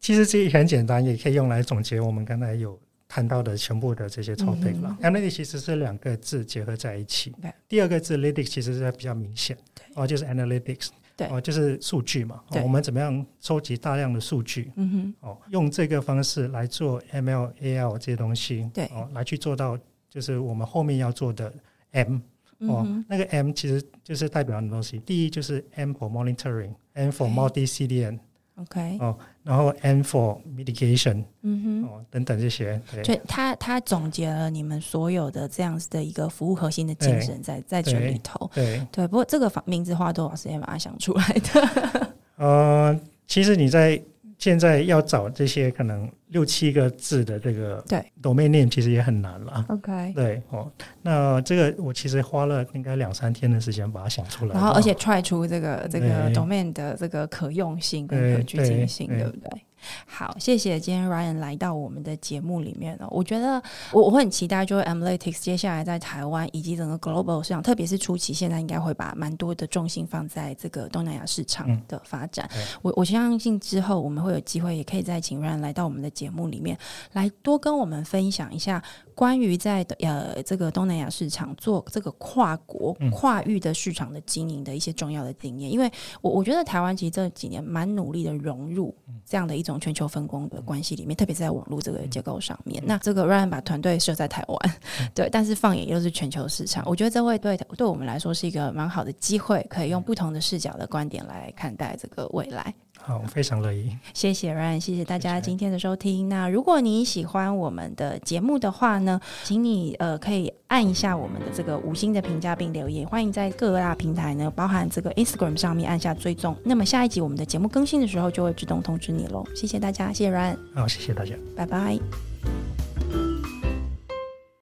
[SPEAKER 2] 其实这很简单，也可以用来总结我们刚才有谈到的全部的这些 topic
[SPEAKER 1] 嗯
[SPEAKER 2] 了。analytics 其实是两个字结合在一起
[SPEAKER 1] OK
[SPEAKER 2] 第二个字 lytics 其实是比较明显，哦，就是 analytics，
[SPEAKER 1] 对
[SPEAKER 2] 哦，就是数据嘛、哦
[SPEAKER 1] 对
[SPEAKER 2] 我们怎么样收集大量的数据，
[SPEAKER 1] 嗯哼，
[SPEAKER 2] 哦，用这个方式来做 ML、AL 这些东西，
[SPEAKER 1] 对
[SPEAKER 2] 哦，来去做到就是我们后面要做的 M，
[SPEAKER 1] 嗯
[SPEAKER 2] 哦，
[SPEAKER 1] 哼，
[SPEAKER 2] 那个 M 其实就是代表很多东西，第一就是 M for monitoring，M for multi CDN。
[SPEAKER 1] ，OK，
[SPEAKER 2] 哦，然后 N for mitigation
[SPEAKER 1] 嗯哼。
[SPEAKER 2] 哦等等这些，
[SPEAKER 1] 所
[SPEAKER 2] 对
[SPEAKER 1] 以他他总结了你们所有的这样子的一个服务核心的精神在在这里头，
[SPEAKER 2] 对，
[SPEAKER 1] 对。不过这个房名字花多少时间把它想出来
[SPEAKER 2] <laughs>
[SPEAKER 1] 的？ <laughs>
[SPEAKER 2] 呃，其实你在现在要找这些可能六七个字的这个
[SPEAKER 1] 对嗯
[SPEAKER 2] domain name 其实也很难了。啊
[SPEAKER 1] OK，
[SPEAKER 2] 对哦，那这个我其实花了应该两三天的时间把它想出来，啊
[SPEAKER 1] 然后而且 try 出这个这个
[SPEAKER 2] 对
[SPEAKER 1] domain 的这个可用性跟
[SPEAKER 2] 对
[SPEAKER 1] 可聚进性，
[SPEAKER 2] 对
[SPEAKER 1] 对不对？好，谢谢今天 Ryan 来到我们的节目里面哦。我觉得我我会很期待，就是 Analytics 接下来在台湾以及整个 global 市场，特别是初期，现在应该会把蛮多的重心放在这个东南亚市场
[SPEAKER 2] 嗯
[SPEAKER 1] 的发展。
[SPEAKER 2] 对
[SPEAKER 1] 我我相信之后我们会有机会，也可以再请 Ryan 来到我们的节目里面，来多跟我们分享一下关于在呃这个东南亚市场做这个跨国
[SPEAKER 2] 嗯
[SPEAKER 1] 跨域的市场的经营的一些重要的经验，因为我我觉得台湾其实这几年蛮努力的融入这样的一种全球分工的关系里面，特别是在网络这个结构上面。那这个 Ryan 把团队设在台湾， <laughs> 对，但是放眼又是全球市场，我觉得这会对对我们来说是一个蛮好的机会，可以用不同的视角的观点来看待这个未来。
[SPEAKER 2] 好，我非常乐意。
[SPEAKER 1] 谢谢 Ryan，谢谢大家
[SPEAKER 2] 谢谢
[SPEAKER 1] 今天的收听。那如果你喜欢我们的节目的话呢，请你呃可以按一下我们的这个五星的评价并留言，欢迎在各大平台呢，包含这个 Instagram 上面按下追踪。那么下一集我们的节目更新的时候就会自动通知你喽。谢谢大家，谢谢 Ryan，
[SPEAKER 2] 好，谢谢大家。
[SPEAKER 1] 拜拜。